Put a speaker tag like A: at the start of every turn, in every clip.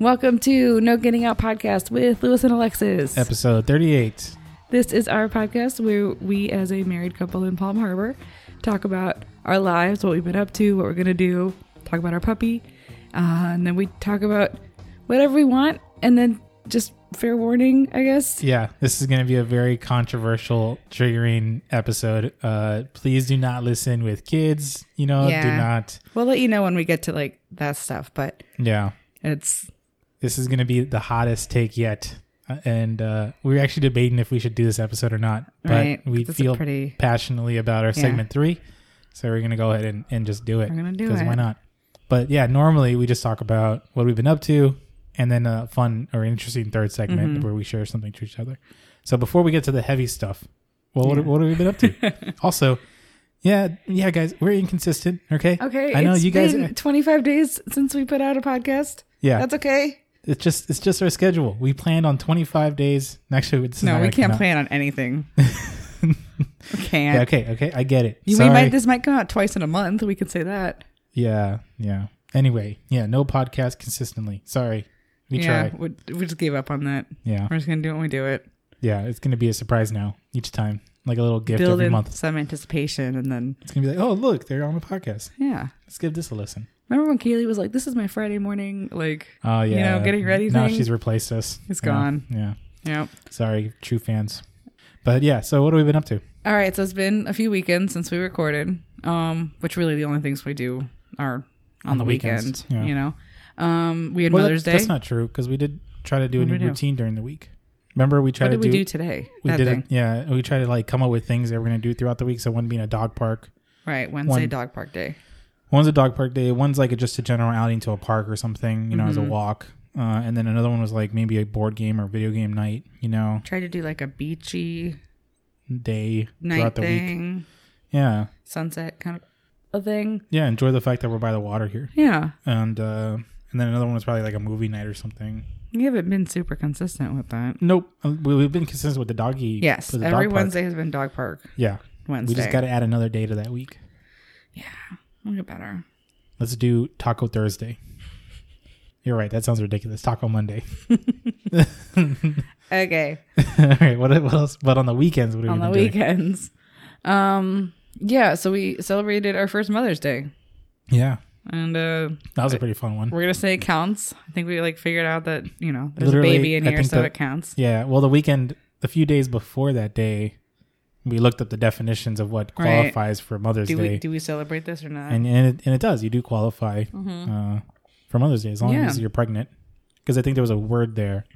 A: Welcome to No Getting Out podcast with Lewis and Alexis.
B: Episode 38.
A: This is our podcast where we, as a married couple in Palm Harbor, talk about our lives, what we've been up to, what we're going to do, talk about our puppy, uh, and then we talk about whatever we want, and then just fair warning, I guess.
B: Yeah, this is going to be a very controversial, triggering episode. Uh, please do not listen with kids. You know, do
A: Yeah.
B: not.
A: We'll let you know when we get to like that stuff, but
B: Yeah,
A: it's
B: this is going to be the hottest take yet. Uh, And uh, we were actually debating if we should do this episode or not, but
A: Right,
B: we
A: 'cause it's a
B: feel
A: pretty-
B: passionately about our
A: Yeah.
B: segment three, so we're going to go ahead and, and just do it.
A: We're gonna do
B: because why
A: it.
B: not? But yeah, normally we just talk about what we've been up to, and then a fun or interesting third segment
A: Mm-hmm.
B: where we share something to each other. So before we get to the heavy stuff, well, what, what have we been up to? also, yeah, yeah, guys, we're inconsistent. Okay,
A: okay.
B: I know
A: it's
B: you guys. uh,
A: been 25 days since we put out a podcast.
B: yeah,
A: That's okay.
B: it's just it's just our schedule. We planned on 25 days. Actually, this is
A: No,
B: not
A: we
B: gonna
A: can't
B: come out.
A: plan on anything. we can't.
B: Yeah, okay, okay, I get it.
A: You- we
B: Sorry.
A: might this might come out twice in a month. We could say that.
B: yeah, yeah. Anyway, yeah, no podcast consistently. Sorry, we
A: yeah,
B: tried.
A: we, we just gave up on that.
B: Yeah,
A: We're just gonna do it when we do it.
B: yeah. It's gonna be a surprise now each time, like a little gift
A: Build
B: every
A: in
B: month.
A: some anticipation, and then
B: It's gonna be like, oh look, they're on the podcast.
A: yeah.
B: Let's give this a listen.
A: Remember when Kaylee was like, "This is my Friday morning." Like,
B: Oh yeah,
A: know, getting ready
B: Now
A: thing.
B: she's replaced us.
A: It's
B: Yeah,
A: gone.
B: Yeah,
A: yeah.
B: sorry, true fans. But yeah, so what have we been up to?
A: All right. So it's been a few weekends since we recorded. Um, which really the only things we do are on,
B: On
A: the,
B: the
A: weekend.
B: weekends, yeah.
A: You know. Um, we had
B: Well, that-
A: Mother's Day.
B: That's not true because we did try to do a
A: What did
B: new
A: we do?
B: routine during the week. Remember, we tried
A: what did
B: to
A: we do today?
B: we
A: that
B: did
A: thing.
B: it. Yeah, we try to like come up with things that we're gonna do throughout the week. So one being a dog park,
A: Right. Wednesday
B: One-
A: dog park day.
B: one's a dog park day, one's like a, just a general outing to a park or something, you know,
A: Mm-hmm.
B: as a walk. Uh, and then another one was like maybe a board game or video game night, you know,
A: Tried to do like a beachy
B: day
A: night
B: throughout the week.
A: thing.
B: Yeah,
A: sunset kind of a thing.
B: yeah. Enjoy the fact that we're by the water here,
A: Yeah.
B: and uh, and then another one was probably like a movie night or something.
A: You haven't been super consistent with that.
B: Nope, Uh, we, we've been consistent with the doggy.
A: Yes.
B: with the
A: Every
B: dog park.
A: Wednesday has been dog park
B: Yeah,
A: Wednesday.
B: we just got to add another day to that week.
A: We'll get better.
B: Let's do Taco Thursday. You're right. That sounds ridiculous. Taco Monday.
A: Okay.
B: All right. What, what else? But on the weekends, what are
A: On
B: we
A: the
B: been doing?
A: weekends. Um yeah, so we celebrated our first Mother's Day.
B: Yeah,
A: And uh
B: that was a pretty fun one.
A: we're gonna say it counts. I think we like figured out that, you know, there's
B: Literally,
A: a baby in
B: I
A: here,
B: think
A: so
B: that-
A: it counts.
B: Yeah. Well, the weekend, a few days before that day, we looked up the definitions of what
A: Right.
B: qualifies for Mother's
A: Do
B: Day,
A: we do we celebrate this or not?
B: and and it, and it does. You do qualify uh, for Mother's Day as long
A: Mm-hmm. Yeah. Mm-hmm.
B: as you're pregnant, because I think there was a word there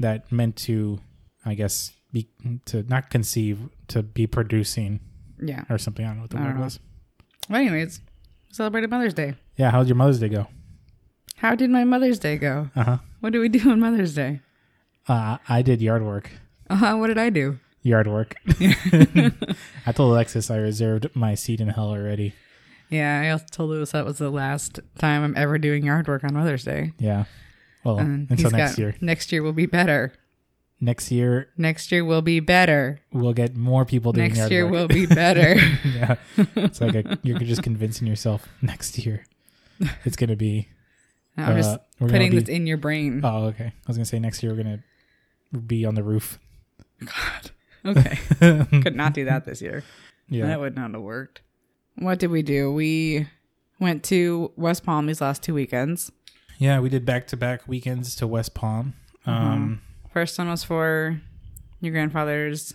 B: that meant to, I guess, be to not conceive, to be producing
A: yeah.
B: or something. I don't know what the
A: I
B: word
A: don't know.
B: was.
A: Well, anyways, we celebrated Mother's Day.
B: Yeah. How'd your Mother's Day go?
A: How did my Mother's Day go?
B: Uh-huh.
A: What do we do on Mother's Day?
B: Uh I did yard work.
A: Uh huh. What did I do?
B: Yard work. I told Alexis I reserved my seat in hell already.
A: Yeah, I also told Lewis that was the last time I'm ever doing yard work on Mother's Day.
B: Yeah. Well,
A: And
B: until
A: he's
B: next
A: got-
B: year.
A: Next year will be better.
B: Next year
A: Next year will be better.
B: we'll get more people doing
A: Next
B: yard
A: year
B: work.
A: will be better.
B: yeah. It's like a, you're just convincing yourself next year it's going to be
A: I'm just
B: Uh, we're gonna
A: putting
B: be-
A: this in your brain.
B: Oh, okay. I was going to say next year we're going to be on the roof.
A: Okay. Could not do that this year.
B: Yeah.
A: That would not have worked. What did we do? We went to West Palm these last two weekends.
B: Yeah, we did back-to-back weekends to West Palm.
A: Mm-hmm.
B: Um
A: First one was for your grandfather's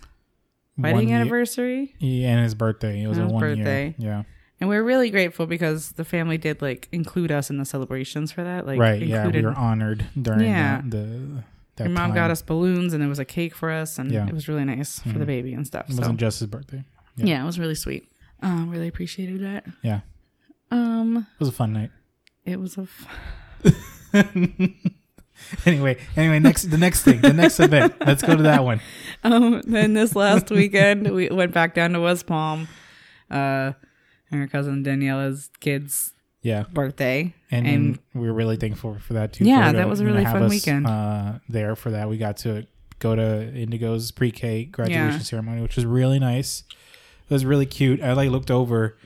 A: wedding
B: one year-
A: anniversary.
B: yeah, and his birthday. It was
A: And
B: a
A: his
B: one
A: birthday.
B: year. Yeah.
A: And we're really grateful because the family did like include us in the celebrations for that. Like
B: right yeah
A: included
B: we were honored during
A: Yeah.
B: that, the that
A: Your mom
B: time.
A: got us balloons and there was a cake for us, and
B: Yeah. Mm-hmm.
A: it was really nice for the baby and stuff.
B: it
A: So
B: wasn't just his birthday
A: yeah. it was really sweet. Um, really appreciated that.
B: yeah it
A: Um,
B: was a fun night
A: it was a f-
B: anyway anyway next the next thing the next event let's go to that one
A: um. Then this last weekend we went back down to West Palm, uh, and her cousin Daniela's kid's
B: yeah
A: birthday,
B: and, we were really thankful for that too
A: Yeah,
B: for her to,
A: that was a
B: you know,
A: really
B: have
A: fun
B: us,
A: weekend.
B: uh there for that we got to go to indigo's pre-k graduation
A: Yeah.
B: ceremony which was really nice it was really cute i like looked over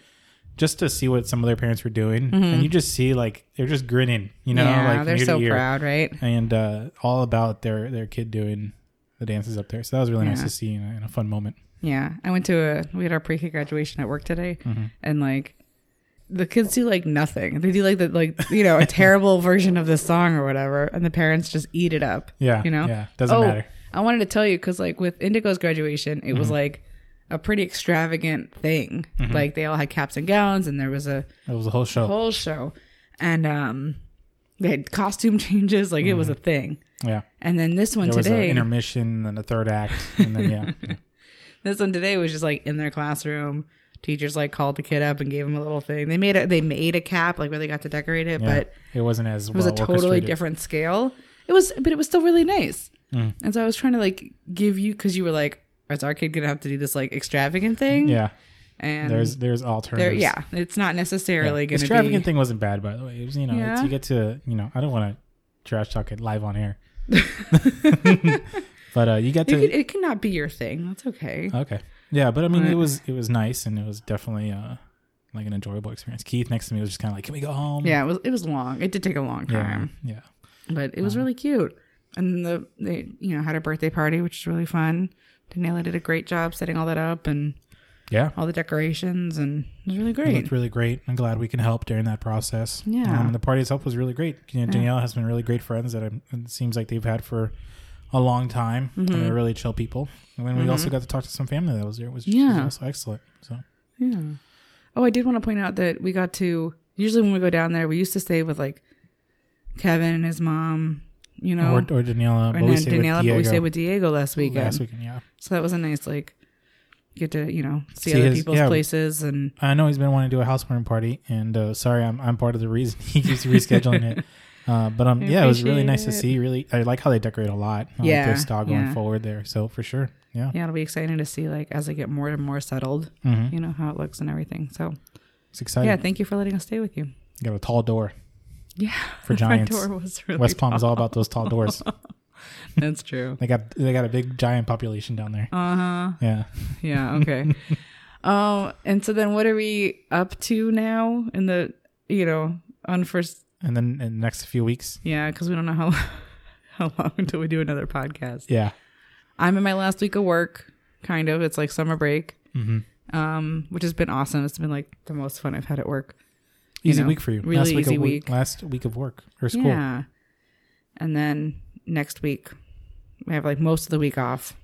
B: just to see what some of their parents were doing, and you just see like they're just grinning, you know,
A: Mm-hmm. yeah,
B: like
A: they're
B: ear
A: so
B: to ear,
A: proud, right?
B: and uh, all about their their kid doing the dances up there. So that was really nice
A: Yeah.
B: to see and a, and a fun moment.
A: Yeah, I went to a we had our pre K graduation at work today,
B: Mm-hmm.
A: and like the kids do like nothing. They do like the like you know a terrible version of the song or whatever, and the parents just eat it up.
B: Yeah,
A: you know,
B: yeah, doesn't
A: oh,
B: matter. Mm-hmm.
A: I wanted to tell you because like with Indigo's graduation, it was like a pretty extravagant thing. Like they all had caps and gowns, and there was a
B: It was a whole show.
A: whole show, and um, they had costume changes. Like it was a thing.
B: yeah,
A: And then this one
B: Mm-hmm. there was an
A: today,
B: intermission and a third act, and then yeah, yeah.
A: This one today was just like in their classroom. Teachers like called the kid up and gave him a little thing. They made a they made a cap like where they got to decorate it,
B: Yeah.
A: but it
B: it wasn't as
A: was
B: well
A: a totally
B: orchestrated.
A: different scale. It was, but it was still really nice.
B: Mm.
A: And so I was trying to like give you because you were like, "Is our kid gonna have to do this like extravagant thing?"
B: Yeah,
A: and
B: there's there's alternatives.
A: there, yeah, it's not necessarily
B: The
A: gonna
B: extravagant
A: be.
B: thing wasn't bad by the way. It was you know it's,
A: Yeah.
B: you get to you know I don't want to trash talk it live on air, but uh, you get
A: You
B: to Um,
A: could, it cannot be your thing. That's okay.
B: okay yeah. But I mean
A: Right.
B: it was it was nice and it was definitely uh, like an enjoyable experience. Keith next to me was just kind of like, can we go home?
A: yeah, it was it was long. It did take a long
B: yeah,
A: time,
B: yeah.
A: but it was really cute. And the they you know had a birthday party, which is really fun. Daniela did a great job setting all that up and
B: yeah.
A: all the decorations, and it was really
B: It
A: great.
B: looked really great. I'm glad we can help during that process.
A: Yeah.
B: Um, the party itself was really great. You know, Danielle has been really great friends that I'm, it seems like they've had for a long time. And
A: Mm-hmm.
B: they're really chill people. And then we also got to talk to some family that was there, which was
A: Yeah.
B: also excellent. So
A: yeah. Oh, I did want to point out that we got to usually when we go down there, we used to stay with like Kevin and his mom, you know,
B: or, or Daniela, but
A: and
B: we
A: then
B: stayed with
A: Daniela,
B: Diego
A: but we stayed with Diego last weekend.
B: last weekend. Yeah,
A: So that was a nice like get to you know see,
B: See
A: other
B: his-
A: people's
B: yeah.
A: places and
B: I know he's been wanting to do a housewarming party, and uh, sorry, I'm I'm part of the reason he keeps rescheduling it. Uh, but um,
A: I
B: yeah, it was really nice to
A: appreciate
B: see. Really, I like how they decorate a lot. I
A: Yeah,
B: like their style going
A: yeah.
B: forward there. So for sure, yeah.
A: yeah, it'll be exciting to see like as I get more and more settled,
B: Mhm.
A: you know how it looks and everything. So
B: it's exciting.
A: yeah, thank you for letting us stay with you.
B: Got a tall door
A: Yeah,
B: for giants.
A: My door was really
B: West Palm is all about those tall doors.
A: That's true.
B: They got they got a big giant population down there.
A: Uh huh.
B: Yeah.
A: Yeah. Okay. um. And so then, what are we up to now in the you know unforeseen?
B: And then in the next few weeks,
A: Yeah, because we don't know how how long until we do another podcast.
B: yeah,
A: I'm in my last week of work. Kind of. It's like summer break.
B: Mm-hmm.
A: Um, which has been awesome. It's been like the most fun I've had at work. You
B: easy
A: know,
B: week for you.
A: really
B: last week
A: easy
B: of
A: week.
B: Last week of work or school.
A: Yeah. And then next week, I have like most of the week off.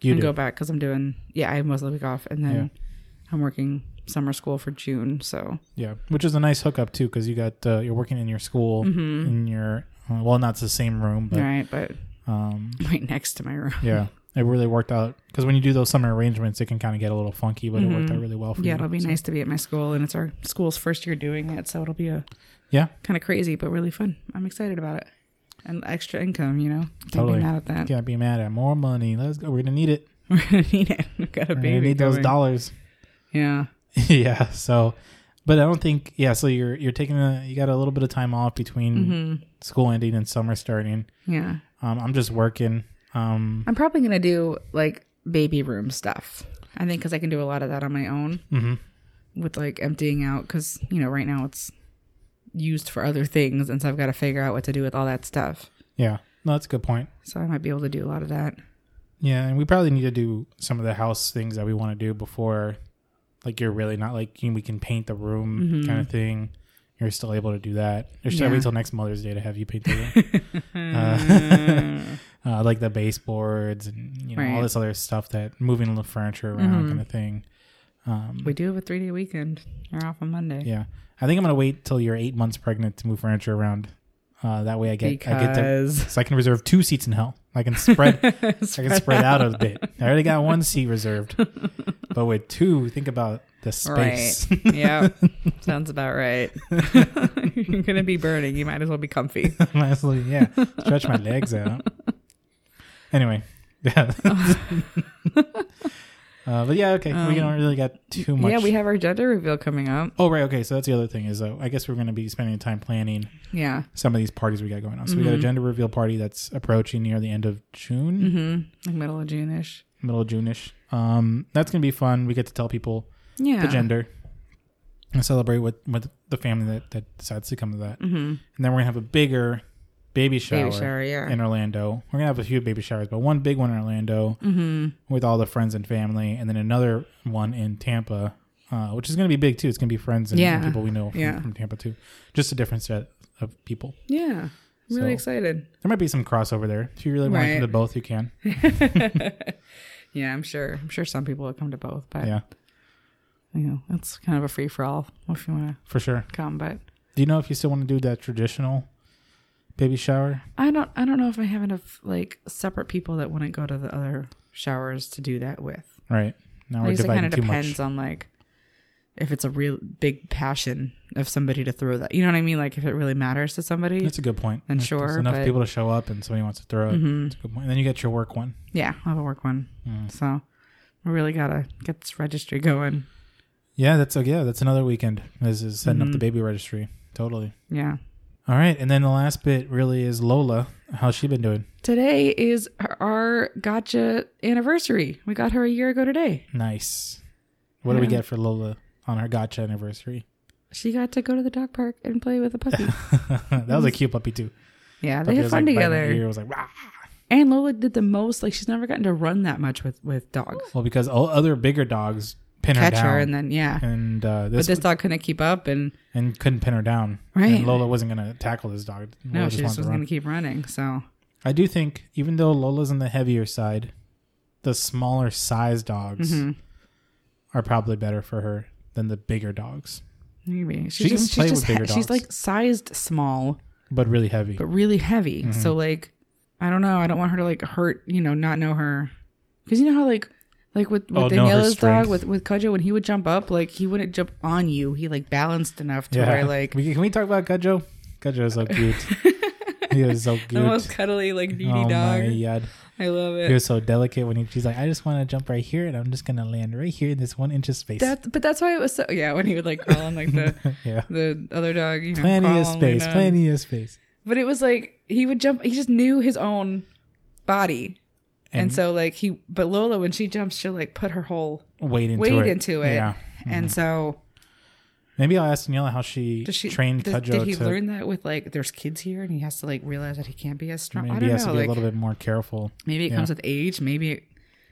B: You
A: and
B: do.
A: go back because I'm doing yeah I have most of the week off and then I'm working summer school for June so
B: Yeah, which is a nice hookup too, because you got uh, you're working in your school
A: Mm-hmm.
B: in your uh, well, not the same room, but
A: right but
B: um,
A: right next to my room
B: yeah, it really worked out. Because when you do those summer arrangements, it can kind of get a little funky, but it worked out really well for
A: Mm-hmm. yeah
B: you.
A: it'll be nice to be at my school and it's our school's first year doing it so it'll be a
B: Yeah,
A: kind of crazy but really fun I'm excited about it and extra income you know can't
B: Totally.
A: be mad at that
B: can't be mad at more money. Let's go. We're gonna need it.
A: we're gonna need it we got a
B: We're gonna
A: baby
B: need those
A: coming.
B: dollars.
A: yeah
B: yeah so but i don't think yeah so you're you're taking a you got a little bit of time off between
A: Mm-hmm.
B: school ending and summer starting
A: yeah
B: um, i'm just working um
A: I'm probably gonna do like baby room stuff I think because I can do a lot of that on my own
B: mhm.
A: with like emptying out because you know right now it's used for other things and so i've got to figure out what to do with all that stuff
B: yeah no that's a good point
A: so i might be able to do a lot of that
B: yeah and we probably need to do some of the house things that we want to do before like you're really not like you we can paint the room kind of thing you're still able to do that or should i
A: Mm-hmm. Yeah.
B: wait till next mother's day to have you paint the room uh, uh, like the baseboards and you know
A: Right. Mm-hmm.
B: all this other stuff that moving the furniture around kind of thing Um,
A: we do have a three-day weekend you're off on monday
B: Yeah, I think I'm gonna wait till you're eight months pregnant to move furniture around. Uh, that way, I get I get to
A: because
B: so I can reserve two seats in hell. I can spread I can spread out a bit. I already got one seat reserved, but with two, think about the space.
A: right yeah sounds about right you're gonna be burning you might as well be comfy
B: Honestly, yeah, stretch my legs out. Anyway, yeah. uh, but yeah, okay. we don't really got too much.
A: Um, yeah we have our gender reveal coming up
B: Oh right, okay. So that's the other thing is, uh, I guess we're going to be spending time planning
A: yeah
B: some of these parties we got going on. So we
A: Mm-hmm.
B: got a gender reveal party that's approaching near the end of June,
A: hmm like middle of june-ish
B: middle of June ish. Um, that's gonna be fun. We get to tell people
A: yeah
B: the gender. and celebrate with with the family that, that decides to come to that. Mm-hmm. And then we're gonna have a bigger baby shower,
A: shower, yeah.
B: in Orlando. We're gonna have a few baby showers, but one big one in Orlando
A: Mm-hmm.
B: with all the friends and family, and then another one in Tampa, uh, which is gonna be big too. It's gonna be friends and, and
A: Yeah.
B: people we know from,
A: Yeah.
B: from Tampa too. Just a different set of people.
A: Yeah. I'm really
B: So-
A: excited.
B: There might be some crossover there. If you really want to
A: Right.
B: come to both, you can.
A: Yeah, I'm sure. I'm sure some people will come to both, but
B: Yeah,
A: you know, it's kind of a free for all if you want to
B: for sure.
A: come. But
B: Do you know if you still want to do that traditional baby shower?
A: I don't. I don't know if I have enough like separate people that wouldn't go to the other showers to do that with.
B: Right. Now
A: I
B: we're
A: guess it kind
B: dividing
A: of
B: too
A: depends
B: much.
A: on like if it's a real big passion of somebody to throw that. You know what I mean? Like if it really matters to somebody.
B: That's a good point.
A: And
B: If there's
A: sure,
B: enough
A: but- Mm-hmm.
B: people to show up and somebody wants to throw it. That's a good point. And then you get your work one.
A: yeah, I'll have a work one. So we really gotta get this registry going.
B: Yeah, that's a, yeah, that's another weekend. This is setting
A: Mm-hmm.
B: up the baby registry. Totally.
A: Yeah.
B: All right, and then the last bit really is Lola. How's she been doing?
C: Today is our gotcha anniversary. We got her a year ago today.
B: Nice. What do we get for Lola on her gotcha anniversary?
C: She got to go to the dog park and play with a puppy.
B: that was a cute puppy too.
A: Yeah, they
B: Puppy
A: had
B: was,
A: fun
B: like, biting her
A: together.
B: ear. It was like, "Rah."
A: And Lola did the most. Like she's never gotten to run that much with with dogs.
B: well, because all other bigger dogs pin
A: Catch
B: her down,
A: her and then yeah.
B: and uh,
A: But
B: this,
A: this dog couldn't keep up and
B: and couldn't pin her down.
A: Right.
B: And Lola wasn't gonna tackle this dog. Lola
A: no, she just
B: wanted to
A: was
B: run.
A: gonna keep running. So
B: I do think, even though Lola's on the heavier side, the smaller size dogs
A: Mm-hmm.
B: are probably better for her than the bigger dogs,
A: maybe
B: She
A: she
B: can
A: just, she's
B: play with
A: just he-
B: bigger dogs.
A: she's like sized small.
B: but really heavy.
A: but really heavy.
B: Mm-hmm.
A: So like, I don't know. I don't want her to like hurt. You know, not know her because you know how like like with with
B: Oh, know her
A: Daniela's dog
B: strength.
A: with with Kojo when he would jump up like he wouldn't jump on you. He like balanced enough to where like
B: we, can we talk about Gajo? Gajo is so cute. he was so cute.
A: the most cuddly like needy
B: oh
A: dog.
B: my god,
A: I love
B: he
A: it.
B: was so delicate when he, she's like, I just want to jump right here, and I'm just gonna land right here in this one inch of space.
A: That's but that's why it was so yeah when he would like crawl on like the
B: yeah,
A: the other dog. You know,
B: plenty
A: crawl
B: of
A: and
B: space,
A: lean on.
B: plenty of space.
A: But it was like he would jump. He just knew his own body. And,
B: And-
A: so like he but Lola when she jumps she'll like put her whole
B: Wade into
A: weight
B: it.
A: into it.
B: Yeah. Mm-hmm.
A: And so
B: Maybe I'll ask Daniela how she,
A: Does she
B: trained
A: does-
B: Gajo
A: Did he
B: to
A: learn that with like there's kids here and he has to like realize that he can't be as strong?
B: maybe
A: I don't
B: he has
A: know.
B: to be
A: Like
B: a little bit more careful.
A: maybe it
B: yeah.
A: comes with age. Maybe it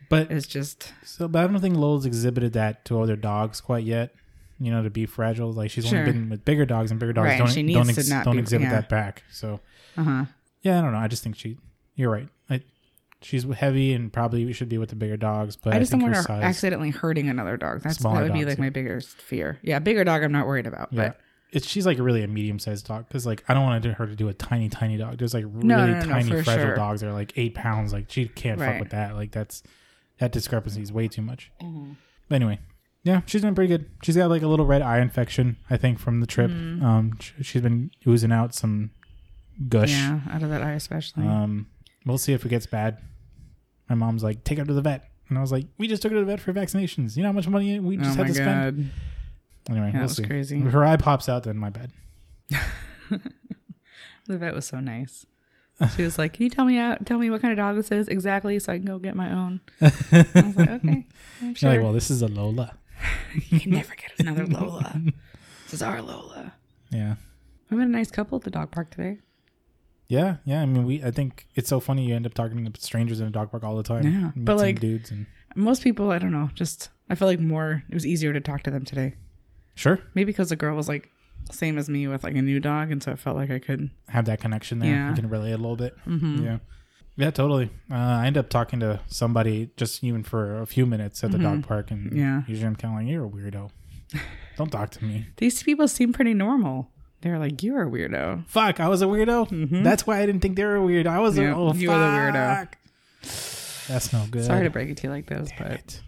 B: But
A: is just
B: So, but I don't think Lola's exhibited that to other dogs quite yet. You know, to be fragile, like she's
A: Sure.
B: only been with bigger dogs, and bigger dogs
A: Right,
B: don't
A: she needs
B: don't,
A: to not
B: don't
A: be-
B: exhibit
A: yeah.
B: that back. So,
A: uh huh.
B: yeah, I don't know. I just think she. You're right. I, she's heavy and probably should be with the bigger dogs, but I,
A: I just
B: think
A: don't want
B: her
A: her
B: size.
A: accidentally hurting another dog. That's
B: Smaller
A: that would be
B: dogs,
A: like
B: yeah.
A: my biggest fear. Yeah, bigger dog I'm not worried about.
B: yeah,
A: But
B: it's she's like really a medium sized dog because like I don't want her to do a tiny tiny dog. There's like really
A: no, no, no,
B: tiny
A: for
B: fragile
A: sure.
B: dogs that are like eight pounds. Like she can't fuck
A: Right.
B: with that. Like that's that discrepancy is way too much. But anyway, yeah, she's been pretty good. She's got like a little red eye infection, I think, from the trip.
A: Mm-hmm.
B: Um, sh- she's been oozing out some gush.
A: yeah, out of that eye especially.
B: Um, we'll see if it gets bad. My mom's like, take her to the vet, and I was like, we just took her to the vet for vaccinations. You know how much money we
A: oh
B: just
A: my
B: had to spend.
A: god.
B: Anyway,
A: That
B: we'll
A: was
B: see.
A: crazy.
B: If her eye pops out, then my bad.
A: The vet was so nice. She was like, "Can you tell me out? Tell me what kind of dog this is exactly, so I can go get my own." I was like, "Okay, I'm
B: You're
A: sure."
B: like, well, this is a Lola.
A: you can never get another Lola. this is our Lola.
B: Yeah.
A: We met a nice couple at the dog park today.
B: Yeah, yeah. I mean, we. I think it's so funny. You end up talking to strangers in a dog park all the time.
A: Yeah,
B: You meet
A: but,
B: some
A: like-
B: dudes and
A: Most people, I don't know, just I feel like more it was easier to talk to them today.
B: sure
A: Maybe because the girl was like same as me with like a new dog, and so it felt like I could.
B: have that connection there.
A: Yeah. Mm-hmm.
B: You can relate a little bit. Yeah, yeah, totally. Uh, I end up talking to somebody just even for a few minutes at the dog park, and
A: Mm-hmm. Yeah.
B: usually I'm kind of like, "You're a weirdo. Don't talk to me."
A: These people seem pretty normal. They're like, "You're a weirdo."
B: Fuck, I was a weirdo. That's why I didn't think they were weird. I was
A: Yeah,
B: a oh,
A: Mm-hmm. you
B: fuck.
A: were the weirdo.
B: That's no good.
A: Sorry to break it to you like this, but
B: Right.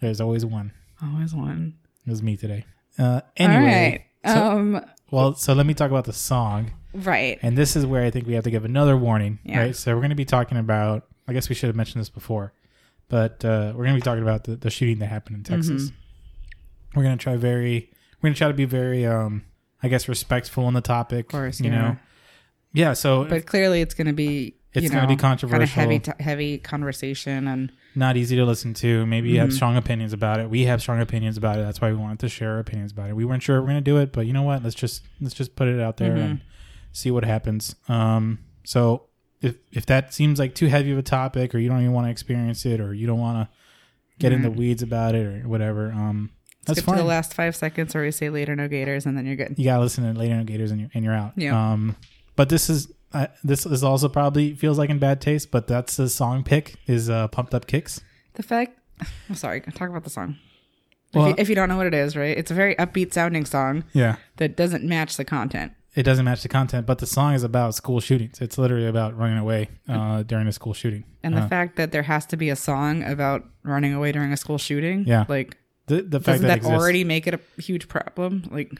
B: There's always one.
A: always one.
B: It was me today. Uh, anyway,
A: All right. um.
B: well, so let me talk about the song.
A: Right.
B: And this is where I think we have to give another warning,
A: Yeah.
B: right? So we're going to be talking about. I guess we should have mentioned this before, but uh, we're going to be talking about the, the shooting that happened in
A: Mm-hmm.
B: Texas. We're going to try very. We're going to try to be very, um, I guess, respectful on the topic. Of
A: course,
B: you
A: yeah.
B: know. Yeah. So
A: But clearly, it's going to be.
B: It's
A: you
B: gonna
A: know,
B: be
A: Kind
B: controversial.
A: of heavy, t- heavy conversation, and
B: not easy to listen to. Maybe
A: Mm-hmm.
B: you have strong opinions about it. We have strong opinions about it. That's why we wanted to share our opinions about it. We weren't sure we are gonna do it, but you know what? Let's just let's just put it out there
A: Mm-hmm.
B: and see what happens. Um, so if if that seems like too heavy of a topic, or you don't even want to experience it, or you don't want to get in the weeds about it, or whatever, um, that's
A: Skip Mm-hmm. to the
B: fine.
A: last five seconds where we say later, no gators, and then you're good.
B: you gotta listen to later Gators and you're and you're out.
A: Yeah.
B: Um, but this is uh, this is also probably feels like in bad taste, but that's the song pick is uh, pumped up kicks.
A: The fact, I'm sorry, talk about the song.
B: Well-
A: if, you, if you don't know what it is, right? It's a very upbeat sounding song
B: Yeah.
A: that doesn't match the content.
B: it doesn't match the content, but the song is about school shootings. It's literally about running away uh, during a school shooting. Uh,
A: And the fact that there has to be a song about running away during a school shooting,
B: Yeah.
A: like
B: The, the
A: doesn't
B: fact that,
A: that,
B: it exists.
A: already make it a huge problem? Like,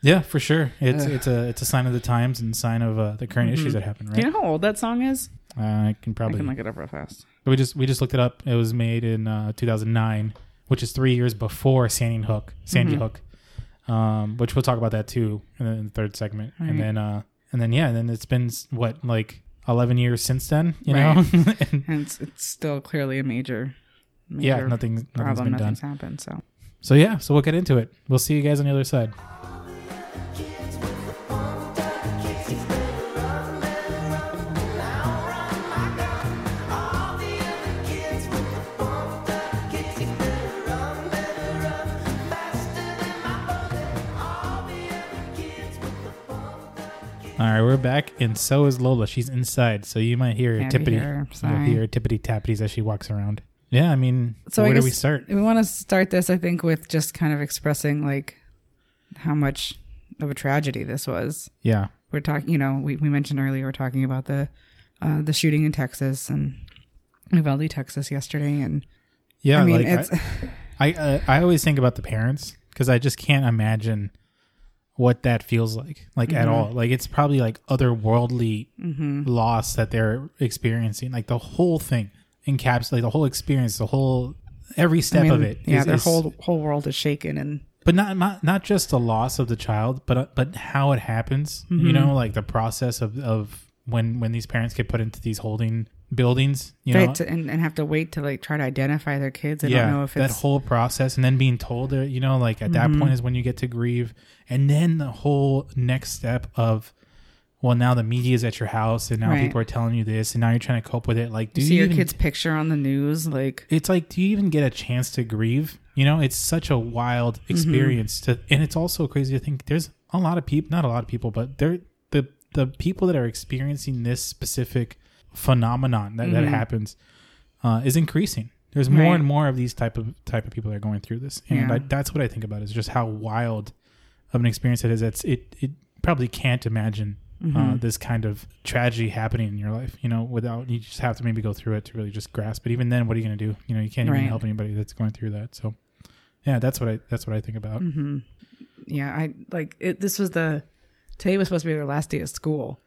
B: yeah, for sure. It's it's a it's a sign of the times and sign of uh, the current issues that happen.
A: do
B: Right?
A: you know how old that song is?
B: Uh, I can
A: Mm-hmm. I
B: probably
A: can look it up real fast.
B: we just we just looked it up. It was made in uh, 2009, which is three years before Sandy Hook. Sandy
A: Mm-hmm.
B: Hook, um, which we'll talk about that too in the, in the third segment, and then uh, and then yeah, and then it's been what like 11 years since then. You know, and,
A: And it's, it's still clearly a major, major
B: yeah, nothing nothing's
A: problem.
B: been done.
A: Nothing's happened. So
B: So yeah, so we'll get into it. We'll see you guys on the other side. All right, we're back, and so is Lola. She's inside, so you might hear
A: Can't
B: tippity.
A: hear her,
B: You'll
A: sorry.
B: hear tippity tappities as she walks around. Yeah, I mean,
A: So I
B: where do
A: guess-
B: we start?
A: we want to start this, I think, with just kind of expressing like how much of a tragedy this was.
B: Yeah,
A: We're talking, you know, we, we mentioned earlier we're talking about the uh, the shooting in Texas and Uvalde, Texas, yesterday, and
B: yeah.
A: I mean,
B: like,
A: it's
B: I uh, I always think about the parents because I just can't imagine what that feels like, like
A: Mm-hmm.
B: at all. Like it's probably like otherworldly loss that they're experiencing. Like the whole thing encapsulates the whole experience, the whole every step
A: I mean,
B: of it.
A: Yeah,
B: is-
A: their
B: is-
A: whole whole world is shaken, and
B: but not not not just the loss of the child, but uh, but how it happens.
A: Mm-hmm.
B: You know, like the process of of when when these parents get put into these holding buildings. You know,
A: right, to- and and have to wait to like try to identify their kids. I don't know if
B: that
A: it's Mm-hmm.
B: whole process and then being told that you know like at that point is when you get to grieve and then the whole next step of well now the media is at your house and now
A: Right.
B: people are telling you this and now you're trying to cope with it like do
A: you
B: you,
A: see your
B: even,
A: kid's picture on the news, like
B: it's like do you even get a chance to grieve you know it's such a wild
A: Mm-hmm.
B: experience to and it's also crazy to think there's a lot of people not a lot of people but there the the people that are experiencing this specific phenomenon that, that happens uh, is increasing there's more
A: Mm-hmm. Right.
B: and more of these type of type of people that are going through this and
A: Yeah.
B: I, that's what i think about is just how wild of an experience it is it's it, it probably can't imagine uh,
A: Mm-hmm.
B: this kind of tragedy happening in your life you know without you just have to maybe go through it to really just grasp it even then what are you going to do you know you can't even
A: Right.
B: help anybody that's going through that so yeah that's what i that's what i think about
A: Mm-hmm. yeah, I like it. This was the today was supposed to be their last day of school,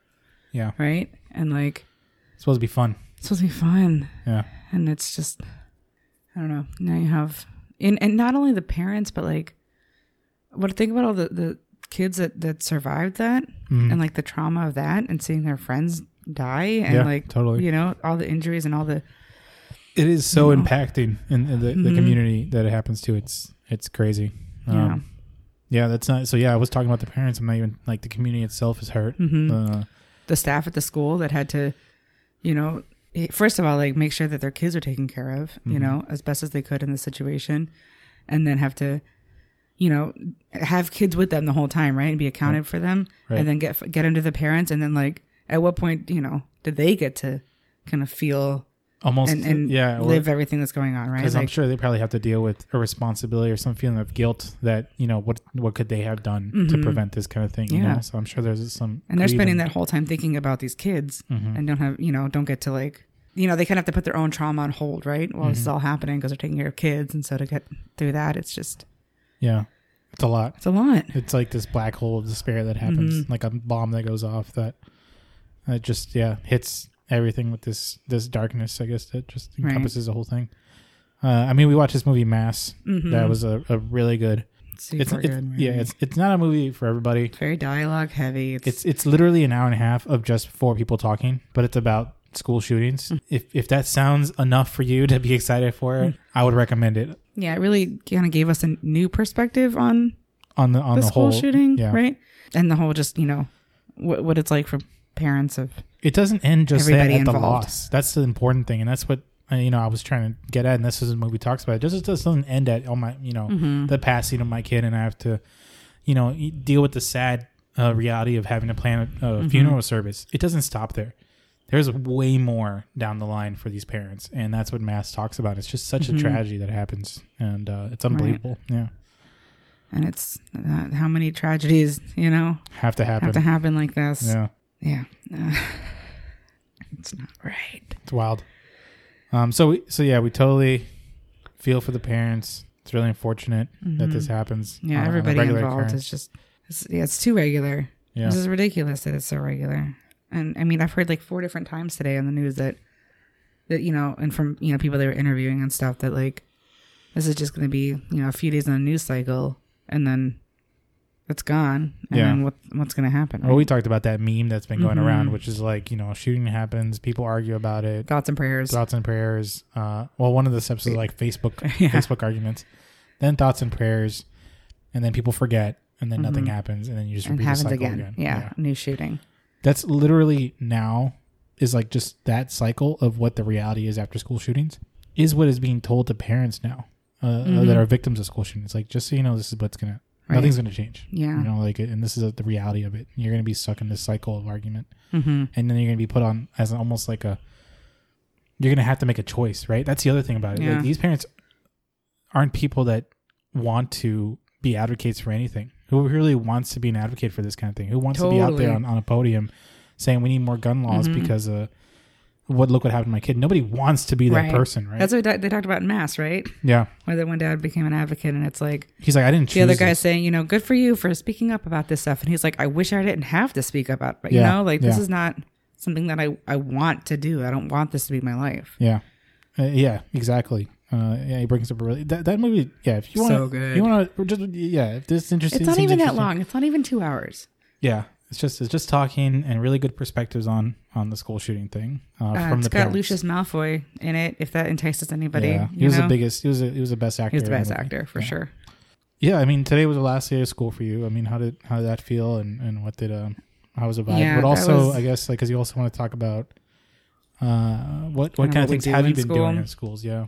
B: yeah
A: right? And like
B: it's supposed to be fun
A: it's supposed to be fun,
B: yeah
A: and it's just I don't know. Now you have and and not only the parents, but like what think about all the the kids that that survived that
B: Mm-hmm.
A: and like the trauma of that and seeing their friends die and
B: Yeah,
A: like
B: totally.
A: you know all the injuries and all the
B: it is so impacting in, in the, the community that it happens to it's it's crazy
A: Mm-hmm. Yeah.
B: um, yeah that's not so yeah i was talking about the parents i'm not even like the community itself is hurt
A: Mm-hmm.
B: uh,
A: the staff at the school that had to, you know, eh, first of all, like make sure that their kids are taken care of, you
B: Mm-hmm.
A: know, as best as they could in the situation, and then have to, you know, have kids with them the whole time, right, and be accounted for them,
B: Right.
A: and then get get into the parents, and then like at what point, you know, did they get to kind of feel
B: almost
A: and and
B: yeah or-
A: live everything that's going on, right?
B: because I'm
A: Like,
B: sure they probably have to deal with a responsibility or some feeling of guilt that you know what what could they have done to prevent this kind of thing. You
A: Mm-hmm. Yeah.
B: know, so I'm sure there's some
A: and they're spending
B: grieving.
A: that whole time thinking about these kids
B: Mm-hmm.
A: and don't have you know don't get to like you know they kind of have to put their own trauma on hold right while this
B: Mm-hmm.
A: is all happening because they're taking care of kids and so to get through that it's just
B: Yeah, it's a lot.
A: it's a lot
B: It's like this black hole of despair that happens,
A: Mm-hmm.
B: like a bomb that goes off that that just yeah hits everything with this this darkness. I guess that just
A: Right.
B: encompasses the whole thing. Uh, I mean, we watched this movie Mass. That was a, a really good.
A: Mm-hmm. super
B: It's, it's-
A: good movie.
B: yeah, it's it's not a movie for everybody.
A: very dialogue heavy it's,
B: It's it's literally an hour and a half of just four people talking, but it's about school shootings.
A: Mm.
B: If if that sounds enough for you to be excited for it, I would recommend it
A: Yeah, it really kind of gave us a new perspective on
B: on the on
A: the,
B: the,
A: school
B: whole
A: shooting,
B: Yeah.
A: right? And the whole just, you know, what, what it's like for parents of
B: It doesn't end just that
A: Everybody
B: at the
A: involved.
B: loss. That's the important thing, and that's what uh, you know. I was trying to get at, and this is the movie talks about. It just it just doesn't end at oh my, you know,
A: Mm-hmm.
B: the passing of my kid, and I have to, you know, e- deal with the sad uh, reality of having to plan a, a
A: Mm-hmm.
B: funeral service. It doesn't stop there. There's way more down the line for these parents, and that's what Mass talks about. It's just such a
A: Mm-hmm.
B: tragedy that happens, and uh, it's unbelievable. Yeah,
A: and it's uh, how many tragedies, you know,
B: have to happen.
A: have to happen like this.
B: yeah.
A: Yeah. it's not right.
B: It's wild. Um. So we. So yeah, we totally feel for the parents. It's really unfortunate that this happens.
A: Mm-hmm.
B: um,
A: Yeah,
B: on a- on a
A: everybody
B: regular
A: involved
B: occurrence.
A: is just it's, yeah, it's too regular.
B: Yeah.
A: This is ridiculous that it's so regular. And I mean, I've heard like four different times today on the news that that you know, and from you know people they were interviewing and stuff that like this is just going to be you know a few days on a news cycle and then it's gone. And
B: Yeah.
A: then what what's going to happen?
B: Well, we talked about that meme that's been going
A: Mm-hmm.
B: around, which is like you know, shooting happens, people argue about it,
A: Thoughts and prayers.
B: thoughts and prayers. Uh, well, one of the steps is like Facebook, Facebook arguments, then thoughts and prayers, and then people forget, and then nothing happens, and then you just
A: Mm-hmm. and
B: repeat the
A: happens
B: cycle
A: again.
B: again.
A: Yeah, new shooting.
B: that's literally now is like just that cycle of what the reality is after school shootings is what is being told to parents now uh, that are victims of school shootings. Like, just so you know, this is what's gonna
A: Mm-hmm. Right.
B: nothing's gonna change.
A: Yeah.
B: you know, like, and this is the reality of it. You're gonna be stuck in this cycle of argument,
A: Mm-hmm.
B: and then you're gonna be put on as almost like a you're gonna have to make a choice, right? That's the other thing about it.
A: Yeah.
B: Like, these parents aren't people that want to be advocates for anything. Who really wants to be an advocate for this kind of thing? Who wants to be out
A: Totally.
B: there
A: Mm-hmm.
B: on, on a podium saying we need more gun laws because uh, what look what happened to my kid? Nobody wants to be that person, right?
A: That's what they they talked about in mass, right?
B: yeah.
A: Where the one dad became an advocate, and it's like
B: He's like, I didn't choose.
A: the other guy's
B: this.
A: saying, you know, good for you for speaking up about this stuff. And he's like, I wish I didn't have to speak up about, but you
B: Yeah,
A: know, like this
B: yeah.
A: is not something that I, I want to do. I don't want this to be my life.
B: Yeah, Uh, yeah, exactly. Uh, yeah, he brings up a really that, that movie. Yeah, if you want,
A: So good.
B: you want to just yeah, if this is interesting,
A: It's not
B: seems
A: even that
B: interesting.
A: long. It's not even two hours.
B: Yeah, it's just it's just talking and really good perspectives on on the school shooting thing uh,
A: Uh,
B: from
A: it's
B: the
A: got
B: parents.
A: Lucius Malfoy in it. If that entices anybody,
B: Yeah,
A: you
B: he was
A: know?
B: the biggest. He was a, he was the best
A: He
B: actor.
A: was the
B: in
A: best
B: movie.
A: actor for
B: Yeah.
A: sure.
B: Yeah, I mean, today was the last day of school for you. I mean, how did how did that feel, and and what did um how was the vibe?
A: Yeah,
B: but
A: that
B: also,
A: was-
B: I guess like because you also want to talk about uh what what
A: Kinda
B: kind
A: what
B: of
A: we
B: things
A: do
B: have you
A: in
B: been
A: school.
B: doing in schools? Yeah,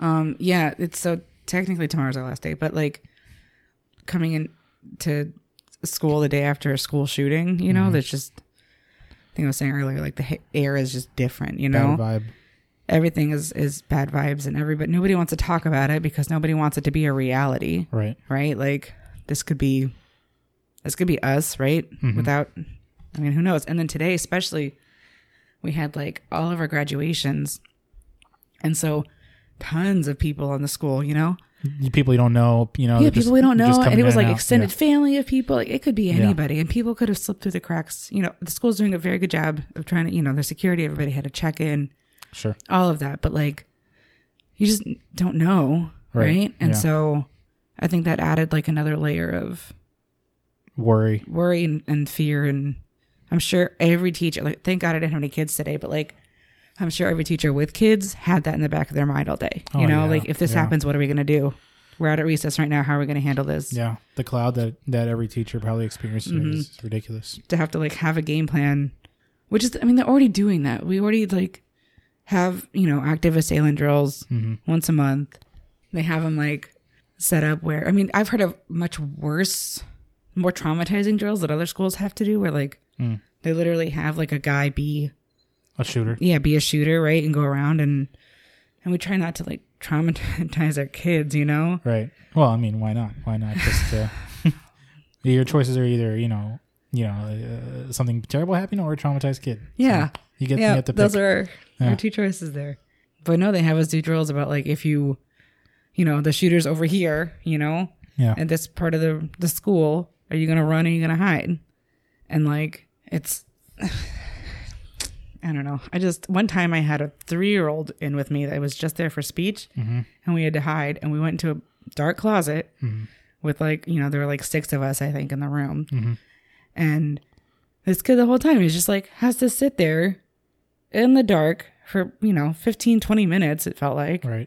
A: Um, yeah, it's so technically tomorrow's our last day, but like coming in to school the day after a school shooting, you know,
B: Mm-hmm.
A: that's just. I think I was saying earlier, like the h- air is just different, you know.
B: bad vibe.
A: everything is is bad vibes and everybody nobody wants to talk about it because nobody wants it to be a reality
B: Right.
A: right like this could be this could be us right
B: Mm-hmm.
A: without i mean who knows and then today especially we had like all of our graduations and so tons of people on the school you know
B: You- People you don't know, you know,
A: yeah
B: Oh, they're just-
A: people we don't
B: they're just
A: know and
B: coming
A: it was
B: in
A: like
B: out.
A: extended
B: Yeah.
A: family of people like it could be anybody and people could have slipped through the cracks you know the school's doing a very good job of trying to you know the security everybody had to check in
B: Sure.
A: all of that but like you just don't know
B: Right.
A: right, and
B: Yeah.
A: so i think that added like another layer of
B: Worry.
A: worry and, and fear and i'm sure every teacher like thank god i didn't have any kids today but like i'm sure every teacher with kids had that in the back of their mind all day you
B: Oh,
A: know
B: yeah.
A: like if this
B: Yeah.
A: happens what are we going to do we're out at recess right now how are we going to handle this
B: Yeah, the cloud that that every teacher probably experiences
A: Mm-hmm.
B: is ridiculous.
A: to have to like have a game plan, which is, I mean, they're already doing that. We already like have, you know, active assailant drills once a month. They have them like set up where, I mean, I've heard of much worse, more traumatizing drills that other schools have to do where like they literally have like a guy be,
B: A shooter.
A: yeah, be a shooter, right? And go around and, and we try not to like traumatize our kids, you know?
B: Right. Well, I mean, why not? Why not just uh, your choices are either you know you know uh, something terrible happening or a traumatized kid.
A: Yeah.
B: You get, you
A: yeah,
B: have to pick.
A: those are our two choices there. But no, they have us do drills about like if you, you know, the shooter's over here, you know,
B: yeah.
A: and this part of the the school, are you gonna run? Or are you gonna hide? And like it's, I don't know. I just one time I had a three year old in with me that was just there for speech, and we had to hide, and we went into a dark closet with like you know there were like six of us I think in the room, and this kid the whole time is just like has to sit there in the dark for, you know, 15, 20 minutes, it felt like,
B: Right.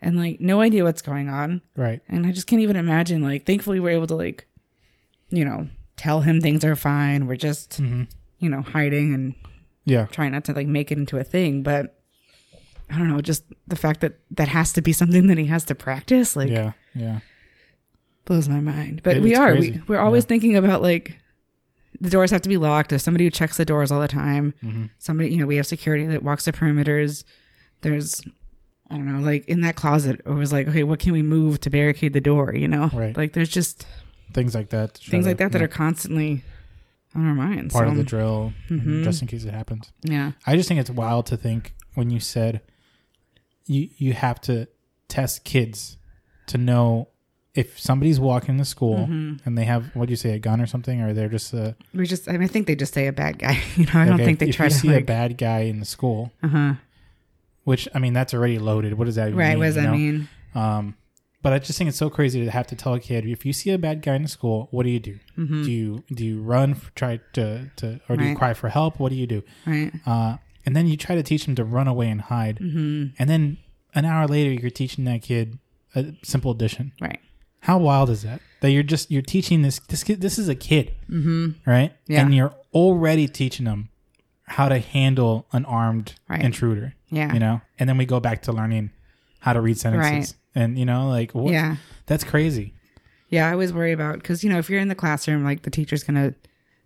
A: and like no idea what's going on.
B: Right.
A: And I just can't even imagine. Like, thankfully, we're able to, like, you know, tell him things are fine. We're just,
B: Mm-hmm.
A: you know, hiding and
B: Yeah.
A: trying not to, like, make it into a thing. But I don't know, just the fact that that has to be something that he has to practice, like,
B: Yeah. Yeah.
A: blows my mind. But
B: It-
A: we
B: it's
A: are.
B: crazy.
A: We, we're always thinking about like the doors have to be locked. There's somebody who checks the doors all the time.
B: Mm-hmm.
A: Somebody, you know, we have security that walks the perimeters. There's, I don't know, like in that closet, it was like, okay, what can we move to barricade the door? You know,
B: Right.
A: like there's just
B: Things like that. to try
A: things
B: to-
A: like that that
B: yeah,
A: are constantly on our minds.
B: part
A: so,
B: of the drill,
A: Mm-hmm.
B: and just in case it happens.
A: yeah,
B: I just think it's wild to think when you said you you have to test kids to know if somebody's walking to school
A: Mm-hmm.
B: and they have what do you say a gun or something or they're just a,
A: we just. I, mean, I think they just say a bad guy. You know, I don't
B: okay,
A: think they
B: if
A: try
B: you
A: to
B: see a
A: like,
B: bad guy in the school
A: uh huh.
B: which I mean that's already loaded what does that even
A: Right.
B: mean,
A: what does
B: you
A: that
B: know?
A: mean?
B: um but I just think it's so crazy to have to tell a kid if you see a bad guy in the school what do you do do you do you run f- try to to or do you
A: Mm-hmm. Right.
B: cry for help what do you do
A: Right.
B: uh, and then you try to teach them to run away and hide,
A: Mm-hmm.
B: and then an hour later you're teaching that kid a simple addition.
A: Right.
B: How wild is that? That you're just you're teaching this this kid this is a kid, mm-hmm. right?
A: Yeah.
B: And you're already teaching them how to handle an armed
A: Right.
B: intruder.
A: Yeah.
B: you know, and then we go back to learning how to read sentences,
A: Right.
B: and you know, like what?
A: Yeah.
B: that's crazy.
A: Yeah, I always worry about because you know if you're in the classroom, like the teacher's gonna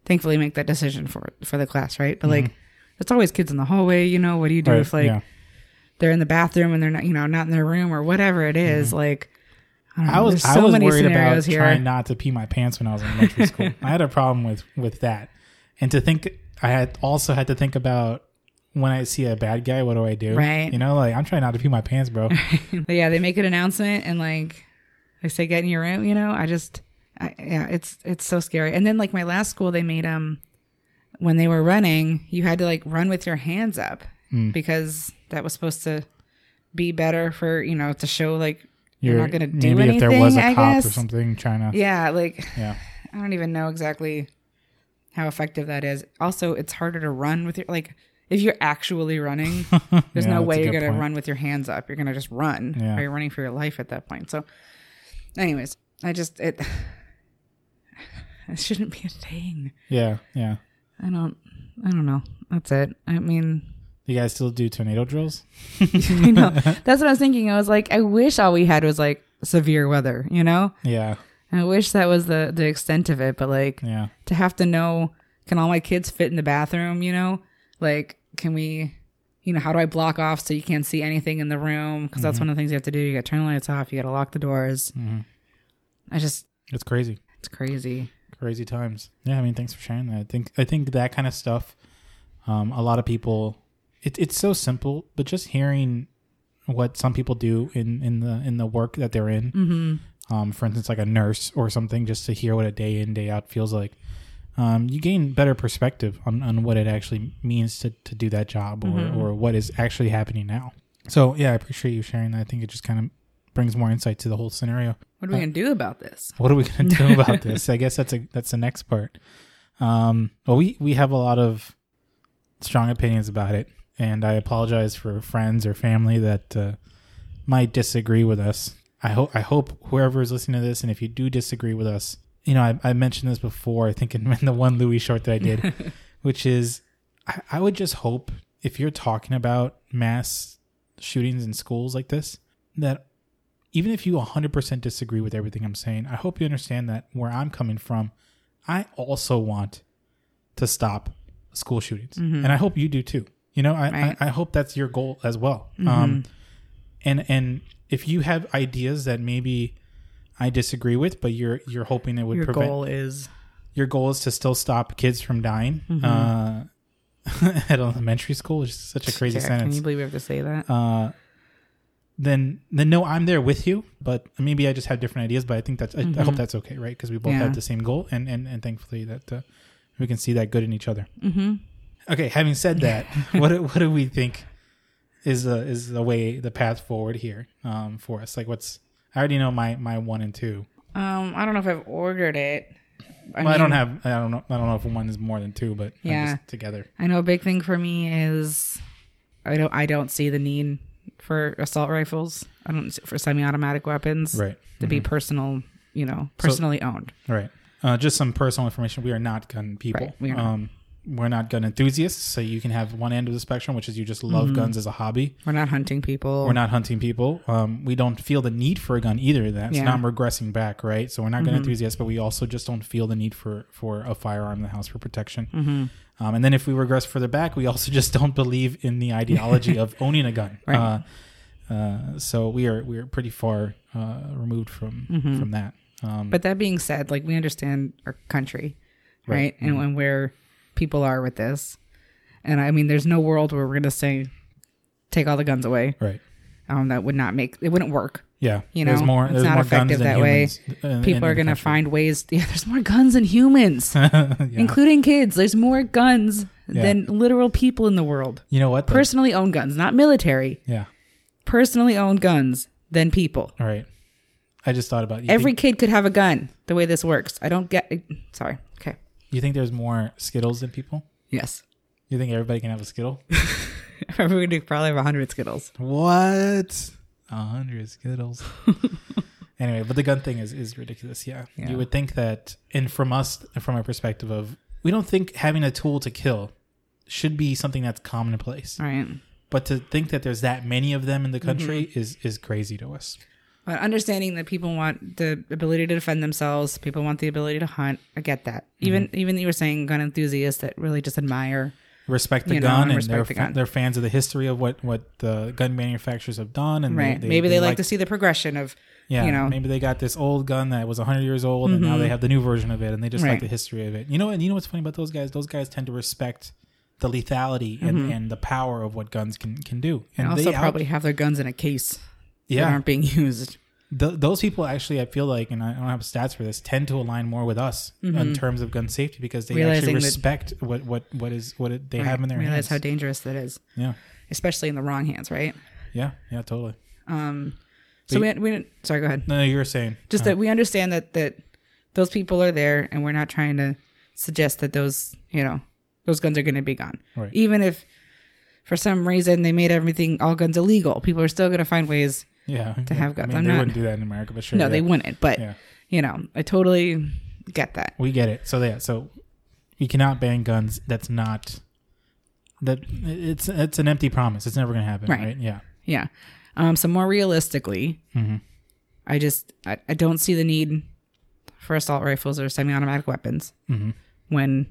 A: thankfully make that decision for for the class, right? But like, it's always kids in the hallway. You know, what do you do
B: Mm-hmm. Right,
A: if like
B: yeah.
A: they're in the bathroom and they're not, you know, not in their room or whatever it is, Like, I, don't
B: Mm-hmm. I
A: know,
B: was
A: there's
B: I
A: so
B: was
A: many
B: worried about
A: scenarios here.
B: trying not to pee my pants when I was in elementary school. I had a problem with with that, and to think I had also had to think about when I see a bad guy, what do I do?
A: Right.
B: You know, like I'm trying not to pee my pants, bro.
A: But yeah, they make an announcement and like they say get in your room. You know, I just I, yeah, it's it's so scary. And then like my last school, they made um when they were running, you had to like run with your hands up
B: Hmm.
A: because that was supposed to be better for you know to show like you're, not gonna do
B: maybe
A: anything.
B: if there was a
A: I
B: cop
A: guess.
B: or something trying to.
A: Yeah, like
B: Yeah.
A: I don't even know exactly how effective that is. Also, it's harder to run with your like if you're actually running, there's
B: Yeah, that's
A: no
B: a
A: way you're
B: good
A: gonna
B: point.
A: run with your hands up. You're gonna just run.
B: Yeah.
A: Or you're running for your life at that point. So anyways, I just it it shouldn't be a thing.
B: Yeah. Yeah.
A: I don't I don't know. That's it. I mean
B: You guys still do tornado drills?
A: you know that's what I was thinking. I was like, I wish all we had was like severe weather, you know?
B: Yeah.
A: I wish that was the the extent of it, but like
B: Yeah.
A: to have to know can all my kids fit in the bathroom you know like can we you know how do i block off so you can't see anything in the room because
B: Mm-hmm.
A: that's one of the things you have to do you gotta turn the lights off you gotta lock the doors i just
B: It's crazy.
A: it's crazy
B: crazy times yeah i mean thanks for sharing that i think i think that kind of stuff um a lot of people it, it's so simple but just hearing what some people do in in the in the work that they're in um for instance like a nurse or something just to hear what a day in day out feels like um you gain better perspective on on what it actually means to to do that job or or what is actually happening now so yeah i appreciate you sharing that i think it just kind of brings more insight to the whole scenario
A: what are we gonna do about this
B: what are we going to do about this? I guess that's a that's the next part. Um, well, we we have a lot of strong opinions about it, and I apologize for friends or family that uh, might disagree with us. I hope I hope whoever is listening to this, and if you do disagree with us, you know I, I mentioned this before. I think in, in the one Louis short that I did, which is I, I would just hope if you're talking about mass shootings in schools like this that even if you 100% disagree with everything I'm saying, I hope you understand that where I'm coming from, I also want to stop school shootings. And I hope you do too. You know, I,
A: Right.
B: I, I hope that's your goal as well. Um, and, and if you have ideas that maybe I disagree with, but you're, you're hoping it would
A: your
B: prevent
A: goal is
B: your goal is to still stop kids from dying,
A: Mm-hmm.
B: uh, at elementary school, which is such a crazy
A: Jack, can
B: sentence
A: you believe we have to say that
B: uh, then then no, I'm there with you. But maybe I just have different ideas. But I think that's I, I hope that's okay, right? Because we both
A: Mm-hmm. Yeah.
B: have the same goal, and and and thankfully that uh, we can see that good in each other.
A: Mhm.
B: Okay, having said that, what do- what do we think is the is the way the path forward here um, for us? Like, what's I already know my my one and two.
A: um i don't know if i've ordered it I,
B: well, I don't
A: mean,
B: have. I don't know. I don't know if one is more than two, but I'm
A: Yeah.
B: just together.
A: I know a big thing for me is I don't I don't see the need for assault rifles. I don't for semi-automatic weapons
B: Right.
A: to be personal, you know, personally owned.
B: Right. Uh, just some personal information. We are not gun people.
A: Right, we are not.
B: um, we're not gun enthusiasts. So you can have one end of the spectrum, which is you just love
A: Mm-hmm.
B: guns as a hobby.
A: We're not hunting people.
B: We're not hunting people. Um, we don't feel the need for a gun either. That's
A: Yeah. Mm-hmm.
B: not regressing back, right? So we're not gun enthusiasts, but we also just don't feel the need for for a firearm in the house for protection.
A: Mm-hmm.
B: Um, and then if we regress further back, we also just don't believe in the ideology of owning a gun.
A: Right.
B: Uh, uh, so we are we are pretty far uh, removed from
A: Mm-hmm.
B: from that. Um,
A: But that being said, like we understand our country, right?
B: Right. Mm-hmm.
A: And and where people are with this. And I mean, there's no world where we're gonna say, take all the guns away.
B: right.
A: Um, that would not make it wouldn't work.
B: Yeah,
A: You
B: there's
A: know,
B: more.
A: it's
B: There's
A: not
B: more
A: effective
B: guns than
A: that way.
B: humans in- in
A: People
B: the
A: are gonna
B: country.
A: find ways. Yeah, there's more guns than humans, including kids. There's more guns than literal people in the world.
B: You know what? though?
A: Personally owned guns, not military.
B: yeah.
A: Personally owned guns than people.
B: All right. I just thought about you
A: Every kid
B: Think,
A: could have a gun. The way this works, I don't get. Sorry. Okay.
B: you think there's more Skittles than people?
A: Yes.
B: You think everybody can have a Skittle?
A: We're gonna probably have hundred skittles.
B: what? A hundred Skittles. anyway, but the gun thing is is ridiculous. Yeah.
A: Yeah.
B: You would think that, and from us, from our perspective of, we don't think having a tool to kill should be something that's commonplace.
A: Right.
B: But to think that there's that many of them in the country
A: Mm-hmm.
B: is is crazy to us.
A: But understanding that people want the ability to defend themselves, people want the ability to hunt. I get that.
B: Mm-hmm.
A: Even even you were saying gun enthusiasts that really just admire.
B: respect the
A: You know,
B: gun
A: and
B: and
A: respect
B: they're,
A: the
B: fa-
A: gun.
B: they're fans of the history of what what the gun manufacturers have done and
A: Right. Maybe they, like, to see the progression of
B: yeah
A: you know Mm-hmm.
B: maybe they got this old gun that was 100 years old and now they have the new version of it and they just like
A: Right.
B: the history of it you know and you know what's funny about those guys those guys tend to respect the lethality and, and the power of what guns can can do and
A: Mm-hmm. and also
B: they out-
A: probably have their guns in a case that
B: yeah
A: aren't being used.
B: th- those people actually i feel like and i don't have stats for this tend to align more with us in terms of gun safety because they
A: Mm-hmm. Realizing
B: actually
A: that-
B: respect what what what is what it, they have in their
A: realize
B: hands
A: how dangerous that is,
B: yeah
A: especially in the wrong hands, right?
B: yeah yeah totally
A: Um, so we, we didn't- sorry, go ahead.
B: no, no you were saying
A: Just that we understand that that those people are there, and we're not trying to suggest that those you know those guns are going to be gone.
B: Right.
A: Even if for some reason they made everything all guns illegal, people are still going to find ways.
B: yeah to
A: have guns.
B: I mean,
A: I'm
B: they
A: not-
B: wouldn't do that in America, but sure.
A: No,
B: yeah.
A: they wouldn't. But
B: Yeah.
A: you know, I totally get that.
B: We get it. So yeah, so you cannot ban guns. That's not that it's it's an empty promise. It's never going to happen, right.
A: Right.
B: Yeah.
A: Yeah. Um, so more realistically, I just I, I don't see the need for assault rifles or semi-automatic weapons when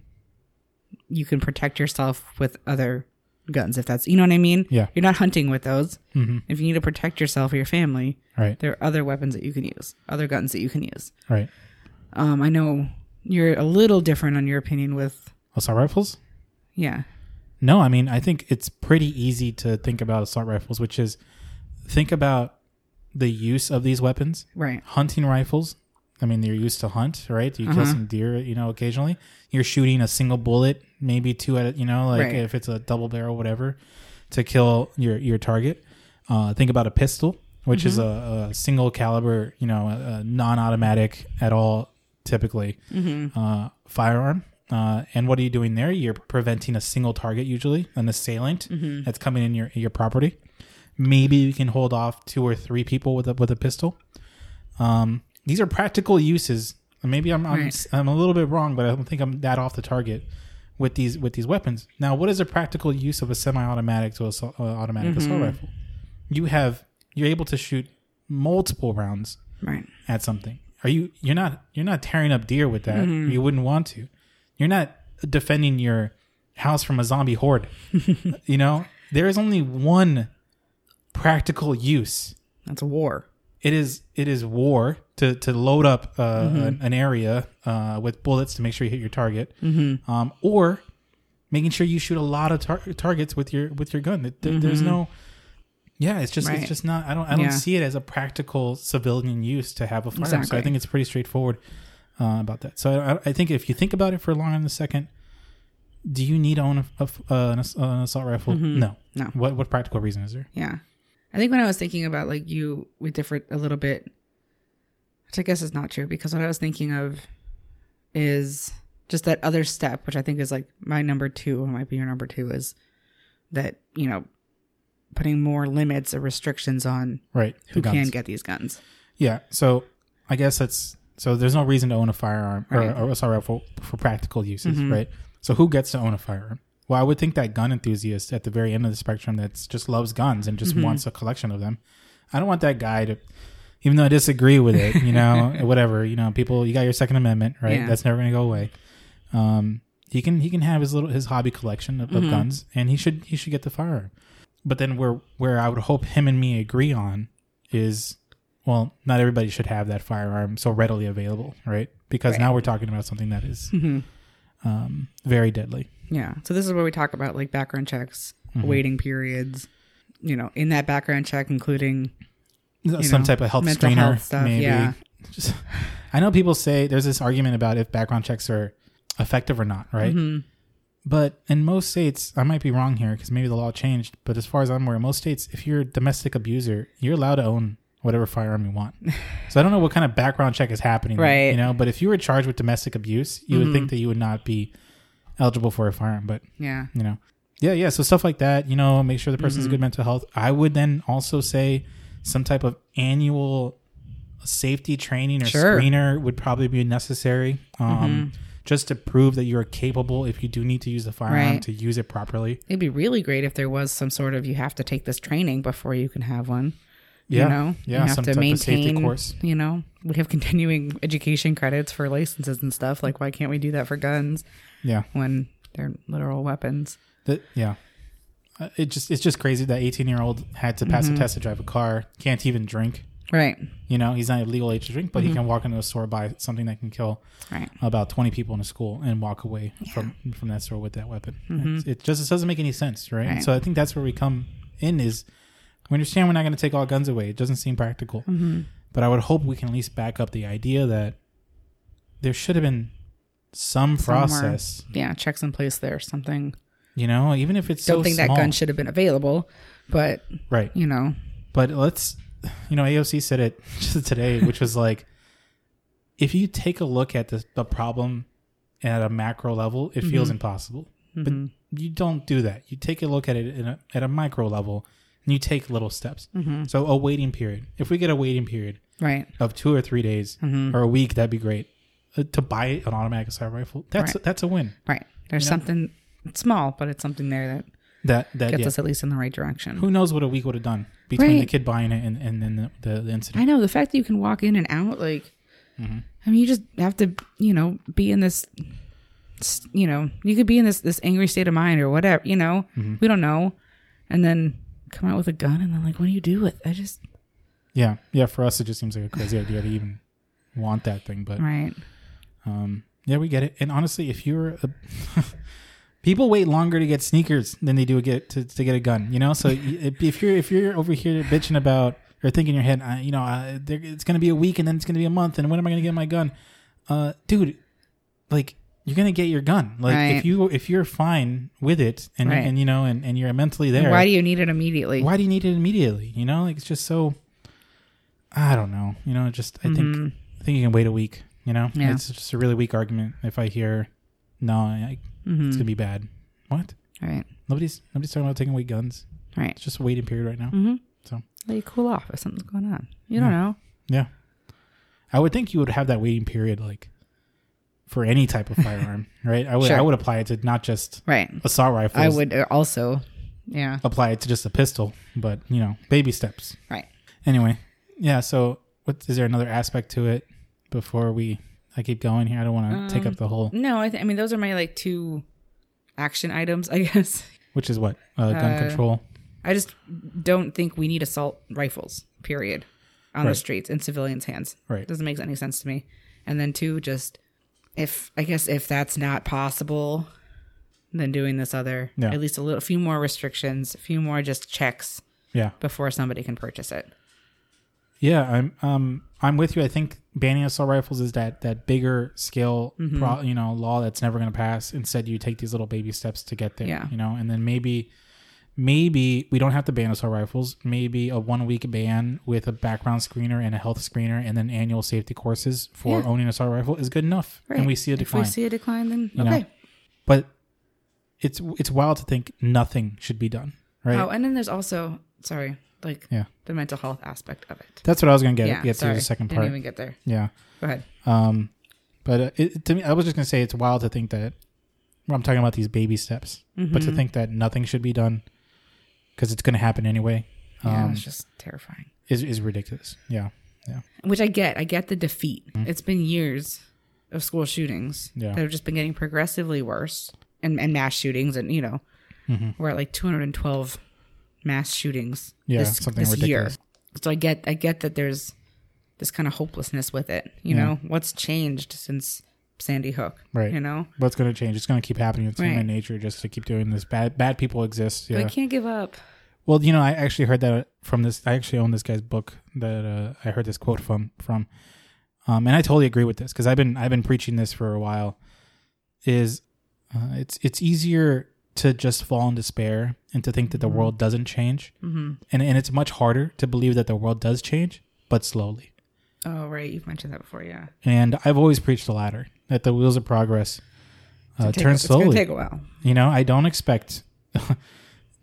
A: you can protect yourself with other guns. If that's you know what I mean.
B: Yeah.
A: You're not hunting with those. If you need to protect yourself or your family,
B: Right.
A: there are other weapons that you can use, other guns that you can use.
B: Right.
A: Um, I know you're a little different on your opinion with
B: Assault rifles?
A: yeah.
B: No, I mean I think it's pretty easy to think about assault rifles, which is think about the use of these weapons.
A: Right.
B: hunting rifles. I mean, you're used to hunt, right? You kill some deer, you know, occasionally. You're shooting a single bullet, maybe two at, a you know, like
A: Right.
B: if it's a double barrel, whatever, to kill your your target. Uh, think about a pistol, which is a, a single caliber, you know, a, a non-automatic at all, typically uh, firearm. Uh, and what are you doing there? You're preventing a single target, usually an assailant that's coming in your your property. Maybe you can hold off two or three people with a, with a pistol. Um, these are practical uses. Maybe I'm I'm,
A: Right.
B: I'm a little bit wrong, but I don't think I'm that off the target with these with these weapons. Now, what is a practical use of a semi-automatic to assault, uh, automatic assault rifle? You have you're able to shoot multiple rounds
A: Right.
B: at something. Are you you're not you're not tearing up deer with that. You wouldn't want to. You're not defending your house from a zombie horde. you know, there is only one practical use
A: That's a war.
B: it is it is war to to load up uh,
A: Mm-hmm.
B: an, an area uh, with bullets to make sure you hit your target,
A: Mm-hmm.
B: um, or making sure you shoot a lot of tar- targets with your with your gun. There- There's no, yeah, it's just
A: Mm-hmm. Right.
B: it's just not. I don't I don't
A: Yeah.
B: see it as a practical civilian use to have a firearm. So I
A: Exactly.
B: think it's pretty straightforward uh, about that. So I, I think if you think about it for long in a second, do you need to own a, a, an, ass- an assault rifle? No.
A: Mm-hmm. No.
B: What what practical reason is there?
A: Yeah. I think when I was thinking about like you, we differed a little bit, which I guess is not true because what I was thinking of is just that other step, which I think is like my number two, or might be your number two, is that, you know, putting more limits or restrictions on
B: Right. the
A: who can
B: guns.
A: get these guns.
B: Yeah. So I guess that's so there's no reason to own a firearm or,
A: Right.
B: or sorry for, for practical uses, right? So who gets to own a firearm? Well, I would think that gun enthusiast at the very end of the spectrum that just loves guns and just wants a collection of them. I don't want that guy to even though I disagree with it, you know, whatever, you know, people you got your second amendment, right?
A: Yeah.
B: That's never going to go away. Um he can he can have his little his hobby collection of, of guns and he should he should get the firearm but then where where I would hope him and me agree on is well, not everybody should have that firearm so readily available, right? Because now we're talking about something that is, um, very deadly.
A: Yeah. So this is where we talk about like background checks,
B: Mm-hmm.
A: waiting periods, you know, in that background check, including
B: Some
A: know,
B: type of health
A: mental
B: screener,
A: health stuff,
B: maybe.
A: yeah.
B: Just, I know people say there's this argument about if background checks are effective or not, right?
A: Mm-hmm.
B: But in most states, I might be wrong here because maybe the law changed. But as far as I'm aware, in most states, if you're a domestic abuser, you're allowed to own whatever firearm you want. so I don't know what kind of background check is happening, there,
A: Right. Mm-hmm.
B: You know, but if you were charged with domestic abuse, you would think that you would not be eligible for a firearm. But
A: yeah.
B: you know yeah yeah so stuff like that you know make sure the person's
A: Mm-hmm.
B: good mental health i would then also say some type of annual safety training or
A: Sure. Mm-hmm.
B: screener would probably be necessary um just to prove that you're capable if you do need to use the firearm
A: Right.
B: to use it properly
A: It'd be really great if there was some sort of you have to take this training before you can have one.
B: Yeah.
A: You know?
B: Yeah,
A: You have
B: some
A: to
B: type of safety
A: maintain
B: course.
A: You know, we have continuing education credits for licenses and stuff. Like why can't we do that for guns
B: yeah
A: when they're literal weapons?
B: that yeah Uh, it just it's just crazy that 18 year old had to
A: Mm-hmm.
B: pass a test to drive a car can't even drink
A: Right.
B: you know he's not of legal age to drink but
A: Mm-hmm.
B: he can walk into a store buy something that can kill
A: Right.
B: about 20 people in a school and walk away from from that store with that weapon. It's- It just it doesn't make any sense, right?
A: Mm-hmm. Right.
B: So I think that's where we come in is we understand we're not going to take all guns away. It doesn't seem practical.
A: Mm-hmm.
B: But I would hope we can at least back up the idea that there should have been some
A: Somewhere.
B: process,
A: Yeah, checks in place there, something.
B: you know, even if it's
A: Don't
B: so
A: think
B: small.
A: that gun should have been available, but
B: right.
A: you know,
B: But let's, you know, AOC said it just today, which was like, if you take a look at the, the problem at a macro level, it feels
A: Mm-hmm.
B: impossible. But you don't do that. You take a look at it in a, at a micro level and you take little steps.
A: Mm-hmm.
B: So, a waiting period. If we get a waiting period
A: right.
B: of two or three days
A: Mm-hmm.
B: or a week, that'd be great. Uh, to buy an automatic assault rifle, that's that's a win.
A: Right. There's something small, but it's something there that
B: That that
A: gets
B: yeah.
A: us at least in the right direction.
B: Who knows what a week would have done between the
A: Right.
B: kid buying it and and then the, the, the incident.
A: I know the fact that you can walk in and out, like, I mean, you just have to, you know, be in this, s- you know, you could be in this this angry state of mind or whatever, you know,
B: Mm-hmm.
A: we don't know, and then come out with a gun and then like, what do you do with? I just
B: Yeah, yeah. For us, it just seems like a crazy idea to even want that thing. But
A: right,
B: um, yeah, we get it. And honestly, if you're a people wait longer to get sneakers than they do get to, to get a gun. You know, so y- if you're if you're over here bitching about or thinking in your head, I, you know, I, there, it's gonna be a week and then it's gonna be a month and when am I gonna get my gun? Uh, dude, like you're gonna get your gun. Like if
A: Right.
B: you if you're fine with it and
A: Right.
B: and you know and, and you're mentally there,
A: why do you need it immediately?
B: why do you need it immediately? You know, like it's just so. I don't know. You know, just I
A: Mm,
B: think I think you can wait a week. You know,
A: Mm-hmm. Yeah.
B: it's just a really weak argument. If I hear, no, I,
A: Mm-hmm.
B: it's gonna be bad. What?
A: Right,
B: Nobody's nobody's talking about taking away guns.
A: right,
B: It's just a waiting period right now.
A: Mhm.
B: So
A: let you cool off if something's going on. You don't
B: Yeah.
A: know,
B: yeah, I would think you would have that waiting period like for any type of firearm, right? I would I
A: Sure.
B: would apply it to not just
A: right?
B: assault rifles.
A: I would uh, also, yeah,
B: apply it to just a pistol, but you know, baby steps.
A: right.
B: anyway yeah so what is there another aspect to it before we i keep going here i don't want
A: Um,
B: to take up the whole
A: No, I, th- I mean those are my like two action items, I guess.
B: which is what uh, gun control
A: I just don't think we need assault rifles, period, on
B: Right.
A: the streets in civilians' hands.
B: Right.
A: Doesn't make any sense to me. And then two, just if I guess if that's not possible, then doing this other
B: Yeah.
A: at least a little few more restrictions, a few more just checks
B: yeah
A: before somebody can purchase it.
B: yeah i'm um i'm with you i think banning assault rifles is that that bigger scale
A: Mm-hmm.
B: pro, you know law that's never going to pass instead you take these little baby steps to get there
A: Yeah.
B: you know and then maybe maybe we don't have to ban assault rifles. Maybe a one week ban with a background screener and a health screener and then annual safety courses for
A: Yeah.
B: owning an assault rifle is good enough. And we see a decline.
A: If we see a decline, then
B: You know,
A: okay.
B: but it's it's wild to think nothing should be done. Right.
A: Oh, and then there's also sorry, like
B: Yeah.
A: the mental health aspect of it.
B: That's what I was gonna get
A: yeah,
B: get
A: sorry.
B: to the second
A: Didn't
B: part.
A: even get there.
B: yeah.
A: Go ahead.
B: Um, but uh, it, to me, I was just gonna say it's wild to think that well, I'm talking about these baby steps, but
A: Mm-hmm.
B: to think that nothing should be done because it's gonna happen anyway
A: Yeah,
B: um,
A: it's just terrifying.
B: is is ridiculous. Yeah, yeah,
A: Which I get. I get the defeat. It's been years of school shootings
B: Mm-hmm. Yeah.
A: that have just been getting progressively worse, and and mass shootings, and you know, we're at like 212 mass shootings.
B: Mm-hmm. Yeah,
A: this,
B: something
A: this
B: ridiculous.
A: year. So I get, I get that there's this kind of hopelessness with it. You know, what's changed since Sandy Hook?
B: right.
A: You know,
B: what's gonna change? It's gonna keep happening. It's
A: Right.
B: human nature just to keep doing this. Bad bad people exist.
C: I
B: Yeah.
C: can't give up.
B: Well, you know, I actually heard that uh, from this. I actually own this guy's book that uh, I heard this quote from from, um, and I totally agree with this because I've been I've been preaching this for a while. Is uh, it's it's easier to just fall in despair and to think that the
A: Mm-hmm.
B: world doesn't change, mm-hmm. and and it's much harder to believe that the world does change, but slowly.
A: oh right, you've mentioned that before. Yeah,
B: And I've always preached the latter that the wheels of progress uh,
A: Take-
B: turn
A: it's gonna
B: slowly.
A: take a while.
B: You know, I don't expect,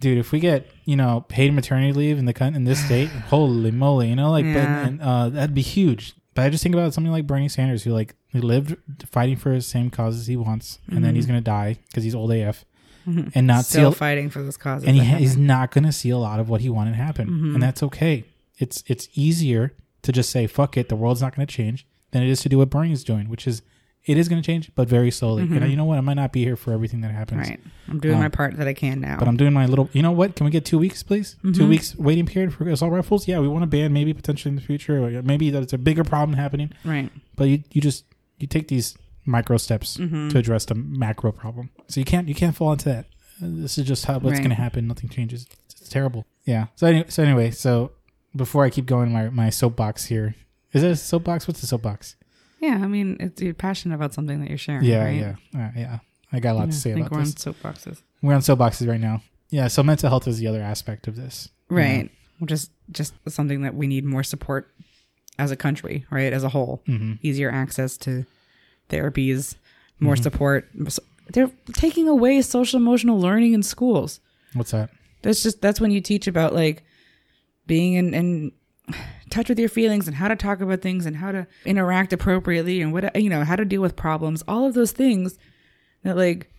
B: dude. If we get you know paid maternity leave in the coun- in this state, holy moly, you know, like but,
A: Yeah.
B: and, uh, that'd be huge. But I just think about something like Bernie Sanders, who like he lived fighting for his same causes he wants, and then he's
A: Mm-hmm.
B: gonna die because he's old AF, and not see
A: Still
B: a,
A: fighting for this cause.
B: and he, ha- he's not gonna see a lot of what he wanted happen,
A: Mm-hmm.
B: and that's okay. It's it's easier to just say fuck it, the world's not gonna change, than it is to do what Bernie's doing, which is it is gonna change, but very slowly. And you know what? I might not be here for everything that happens
A: Mm-hmm. right. I'm doing my part that I can now.
B: Uh, but I'm doing my little. You know what? Can we get two weeks, please?
A: Mm-hmm.
B: Two weeks waiting period for assault rifles. Yeah, we want to ban maybe potentially in the future. Or maybe that's a bigger problem happening.
A: right.
B: But you, you just you take these micro steps
A: Mm-hmm.
B: to address the macro problem. So you can't you can't fall into that. Uh, This is just how
A: Right.
B: what's going to happen. Nothing changes. It's terrible. Yeah. So anyway, so anyway, so before I keep going, my my soapbox here is it a soapbox? What's the soapbox?
A: Yeah, I mean, it's, you're passionate about something that you're sharing.
B: Yeah,
A: right?
B: yeah, uh, yeah. I got a lot to say
A: I think
B: about
A: we're
B: this.
A: on soapboxes,
B: we're on soapboxes right now. Yeah. So mental health is the other aspect of this.
A: right? Which is just something that we need more support as a country, right? As a whole,
B: Mm-hmm.
A: easier access to therapies, more
B: Mm-hmm.
A: support.
C: They're taking away social emotional learning in schools.
B: What's that?
A: That's just that's when you teach about like being in, in touch with your feelings and how to talk about things and how to interact appropriately and what you know how to deal with problems. All of those things that like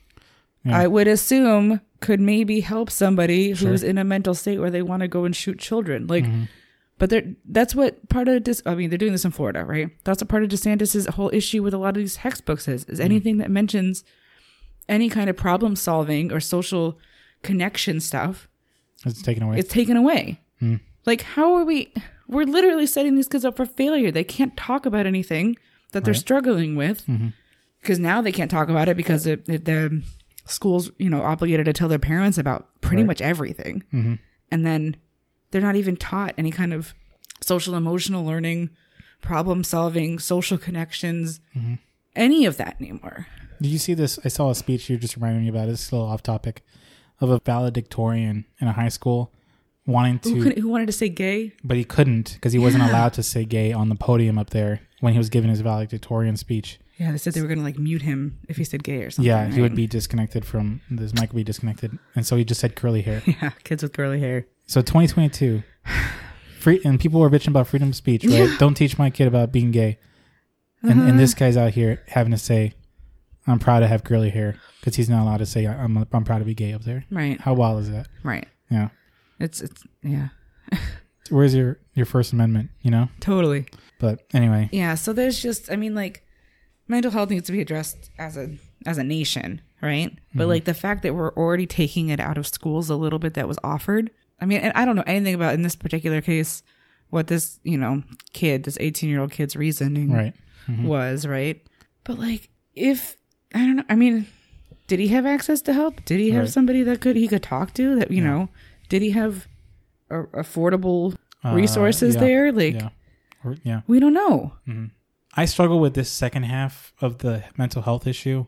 A: I would assume could maybe help somebody who's in a mental state where they want to go and shoot children. Like, but they're that's what part of this. I mean, they're doing this in Florida, right? That's a part of DeSantis's whole issue with a lot of these textbooks is is anything that mentions any kind of problem solving or social connection stuff
B: It's taken away.
A: it's taken away. Like, how are we? We're literally setting these kids up for failure. They can't talk about anything that they're struggling with because now they can't talk about it because it, it, the school's, you know, obligated to tell their parents about pretty much everything. And then they're not even taught any kind of social emotional learning, problem solving, social connections, any of that anymore.
B: Did you see this? I saw a speech you just reminded me about. It's a little off topic of a valedictorian in a high school wanting
A: Who,
B: to,
A: couldn't- who wanted to say gay?
B: but he couldn't because he wasn't allowed to say gay on the podium up there when he was giving his valedictorian speech.
A: Yeah, they said they were going to like mute him if he said gay or something.
B: Yeah, he
A: right?
B: would be disconnected from this mic would be disconnected, and so he just said curly hair.
A: Yeah, kids with curly hair.
B: so 2022, free and people were bitching about freedom of speech. Right? Don't teach my kid about being gay, and and
A: Uh-huh.
B: this guy's out here having to say, "I'm proud to have curly hair" because he's not allowed to say, "I'm I'm proud to be gay" up there.
A: Right.
B: How wild is that?
A: Right.
B: Yeah.
A: It's it's yeah.
B: Where's your your First Amendment? You know.
A: Totally.
B: But anyway,
A: Yeah, so there's just I mean like mental health needs to be addressed as a as a nation, right? But like the fact that we're already taking it out of schools a little bit that was offered. I mean, and I don't know anything about in this particular case what this, you know, kid, this 18-year-old kid's reasoning
B: right.
A: was, right? Mm-hmm. But like if I don't know, I mean, did he have access to help? Did he have
B: Right.
A: somebody that could he could talk to that, you know, did he have a, affordable resources
B: Uh, yeah,
A: there? Like
B: Yeah. Mm-hmm. Or- yeah.
A: we don't know.
B: I struggle with this second half of the mental health issue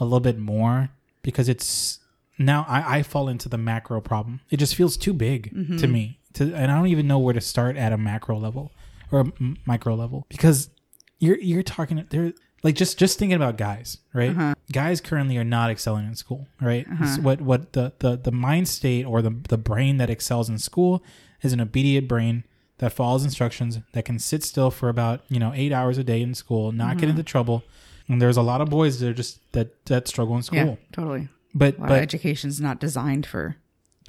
B: a little bit more because it's now I, I fall into the macro problem. It just feels too big to me, to, and I don't even know where to start at a macro level or a m- micro level because you're you're talking there like just just thinking about guys, right? Guys currently are not excelling in school, right? It's What what the, the the mind state or the the brain that excels in school is an obedient brain that follows instructions that can sit still for about you know eight hours a day in school, not get into trouble. And there's a lot of boys that are just that that struggle in school,
A: Yeah, totally.
B: but
A: Our
B: but
A: education's not designed for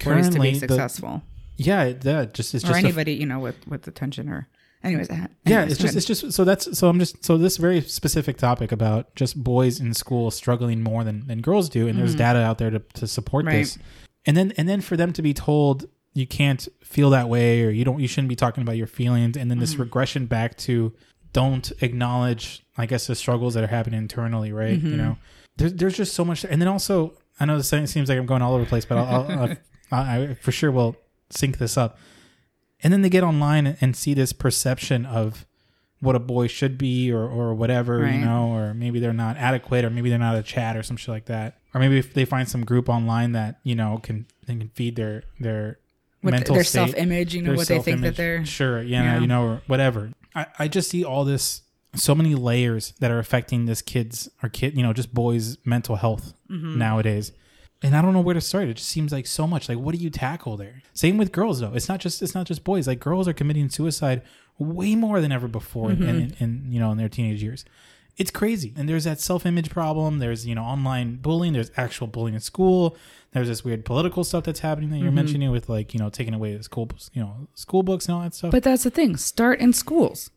A: boys to
B: Currently,
A: be
B: the-
A: successful
B: yeah, that just it's
A: or
B: just a-
A: anybody, you know, with with attention or. Anyways, anyways
B: yeah, it's just it's just so that's so I'm just so this very specific topic about just boys in school struggling more than than girls do, and there's data out there to to support
A: Mm-hmm. Right.
B: this, and then and then for them to be told you can't feel that way or you don't you shouldn't be talking about your feelings, and then
A: Mm-hmm.
B: this regression back to don't acknowledge I guess the struggles that are happening internally, right?
A: Mm-hmm.
B: You know, there's there's just so much, and then also I know this seems like I'm going all over the place, but I'll, I'll, I'll I, I for sure will sync this up. And then they get online and see this perception of what a boy should be or, or whatever,
A: Right.
B: you know, or maybe they're not adequate or maybe they're not a chat or some shit like that. Or maybe if they find some group online that, you know, can they can feed their their
A: with
B: mental
A: their
B: state,
A: self image, you know,
B: their
A: what they think that
B: self-image.
A: they're.
B: sure, yeah,
A: yeah.
B: you know, or whatever. I, I just see all this so many layers that are affecting this kid's or kid, you know, just boys' mental health
A: Mm-hmm.
B: nowadays and I don't know where to start. It just seems like so much. Like, what do you tackle there? Same with girls, though. It's not just it's not just boys. Like, girls are committing suicide way more than ever before,
A: Mm-hmm.
B: in, in, in you know, in their teenage years. It's crazy. And there's that self image problem. There's you know, online bullying. There's actual bullying in school. There's this weird political stuff that's happening that you're
A: Mm-hmm.
B: mentioning with like you know, taking away the school you know, school books and all that stuff.
C: But that's the thing. Start in schools.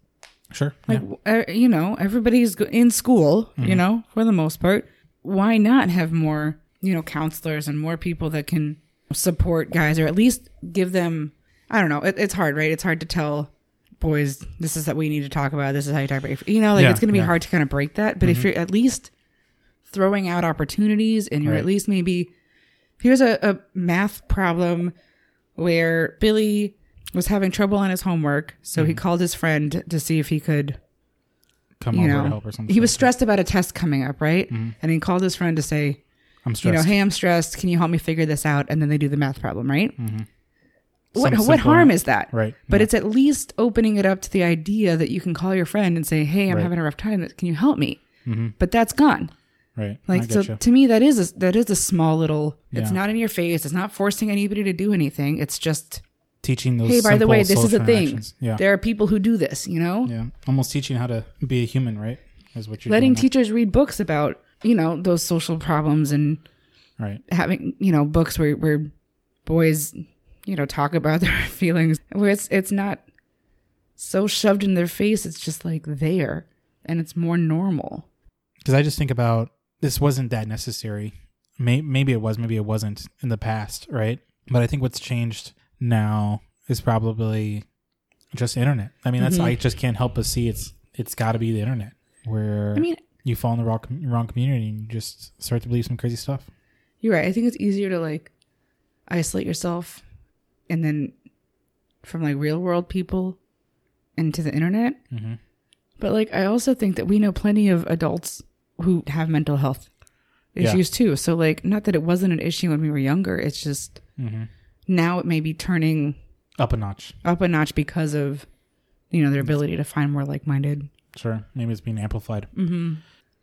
B: sure,
C: Like, w- uh,
A: er,
C: you know, everybody's go- in school, you
B: Mm-hmm.
C: know, for the most part.
A: Why not have more, you know, counselors and more people that can support guys or at least give them? I don't know. It, it's hard, right? It's hard to tell boys this is that we need to talk about. This is how you talk about. your- You know, like
B: Yeah,
A: it's going to be
B: yeah. Mm-hmm.
A: hard to kind of break that. But if you're at least throwing out opportunities and you're
B: Right.
A: at least maybe here's a, a math problem where Billy was having trouble on his homework, so
B: Mm-hmm.
A: he called his friend to see if he could
B: come
A: you
B: over
A: know,
B: to help or Mm-hmm. something.
A: He was stressed about a test coming up, right? And he called his friend to say,
B: I'm
A: you know,
B: stressed.
A: hey, I'm stressed. Can you help me figure this out? And then they do the math problem, right? What,
B: Mm-hmm. Some
A: what
B: simple-
A: harm is that?
B: right,
A: But it's at least opening it up to the idea that you can call your friend and say, hey, I'm
B: Right.
A: having a rough time. Can you help me? But that's gone.
B: right? I
A: Like so,
B: getcha.
A: to me, that is a, that is a small little. It's
B: Yeah.
A: not in your face. It's not forcing anybody to do anything. It's just,
B: teaching those.
A: hey, by the
B: simple
A: way, this is
B: social
A: a thing.
B: interactions. Yeah,
A: There are people who do this. You know,
B: Yeah, almost teaching how to be a human, right? Is what you're
A: letting
B: doing
A: teachers read books about you know those social problems and
B: now. right?
A: having you know books where where boys you know talk about their feelings where it's it's not so shoved in their face it's just like there and it's more normal
B: Because I just think about this wasn't that necessary. May- maybe it was, maybe it wasn't in the past, right? But I think what's changed now is probably just the internet. I mean, that's I
A: Mm-hmm.
B: just can't help but see it's it's got to be the internet where
A: i mean
B: you fall in the wrong com- wrong community and you just start to believe some crazy stuff.
A: you're right i think it's easier to like isolate yourself and then from like real world people into the internet
B: Mm-hmm.
A: but like i also think that we know plenty of adults who have mental health
B: Yeah.
A: issues too so like not that it wasn't an issue when we were younger it's just
B: Mm-hmm.
A: now it may be turning
B: Up a notch,
A: up a notch because of you know their ability to find more like-minded
B: sure. Maybe it's being amplified. Mm-hmm.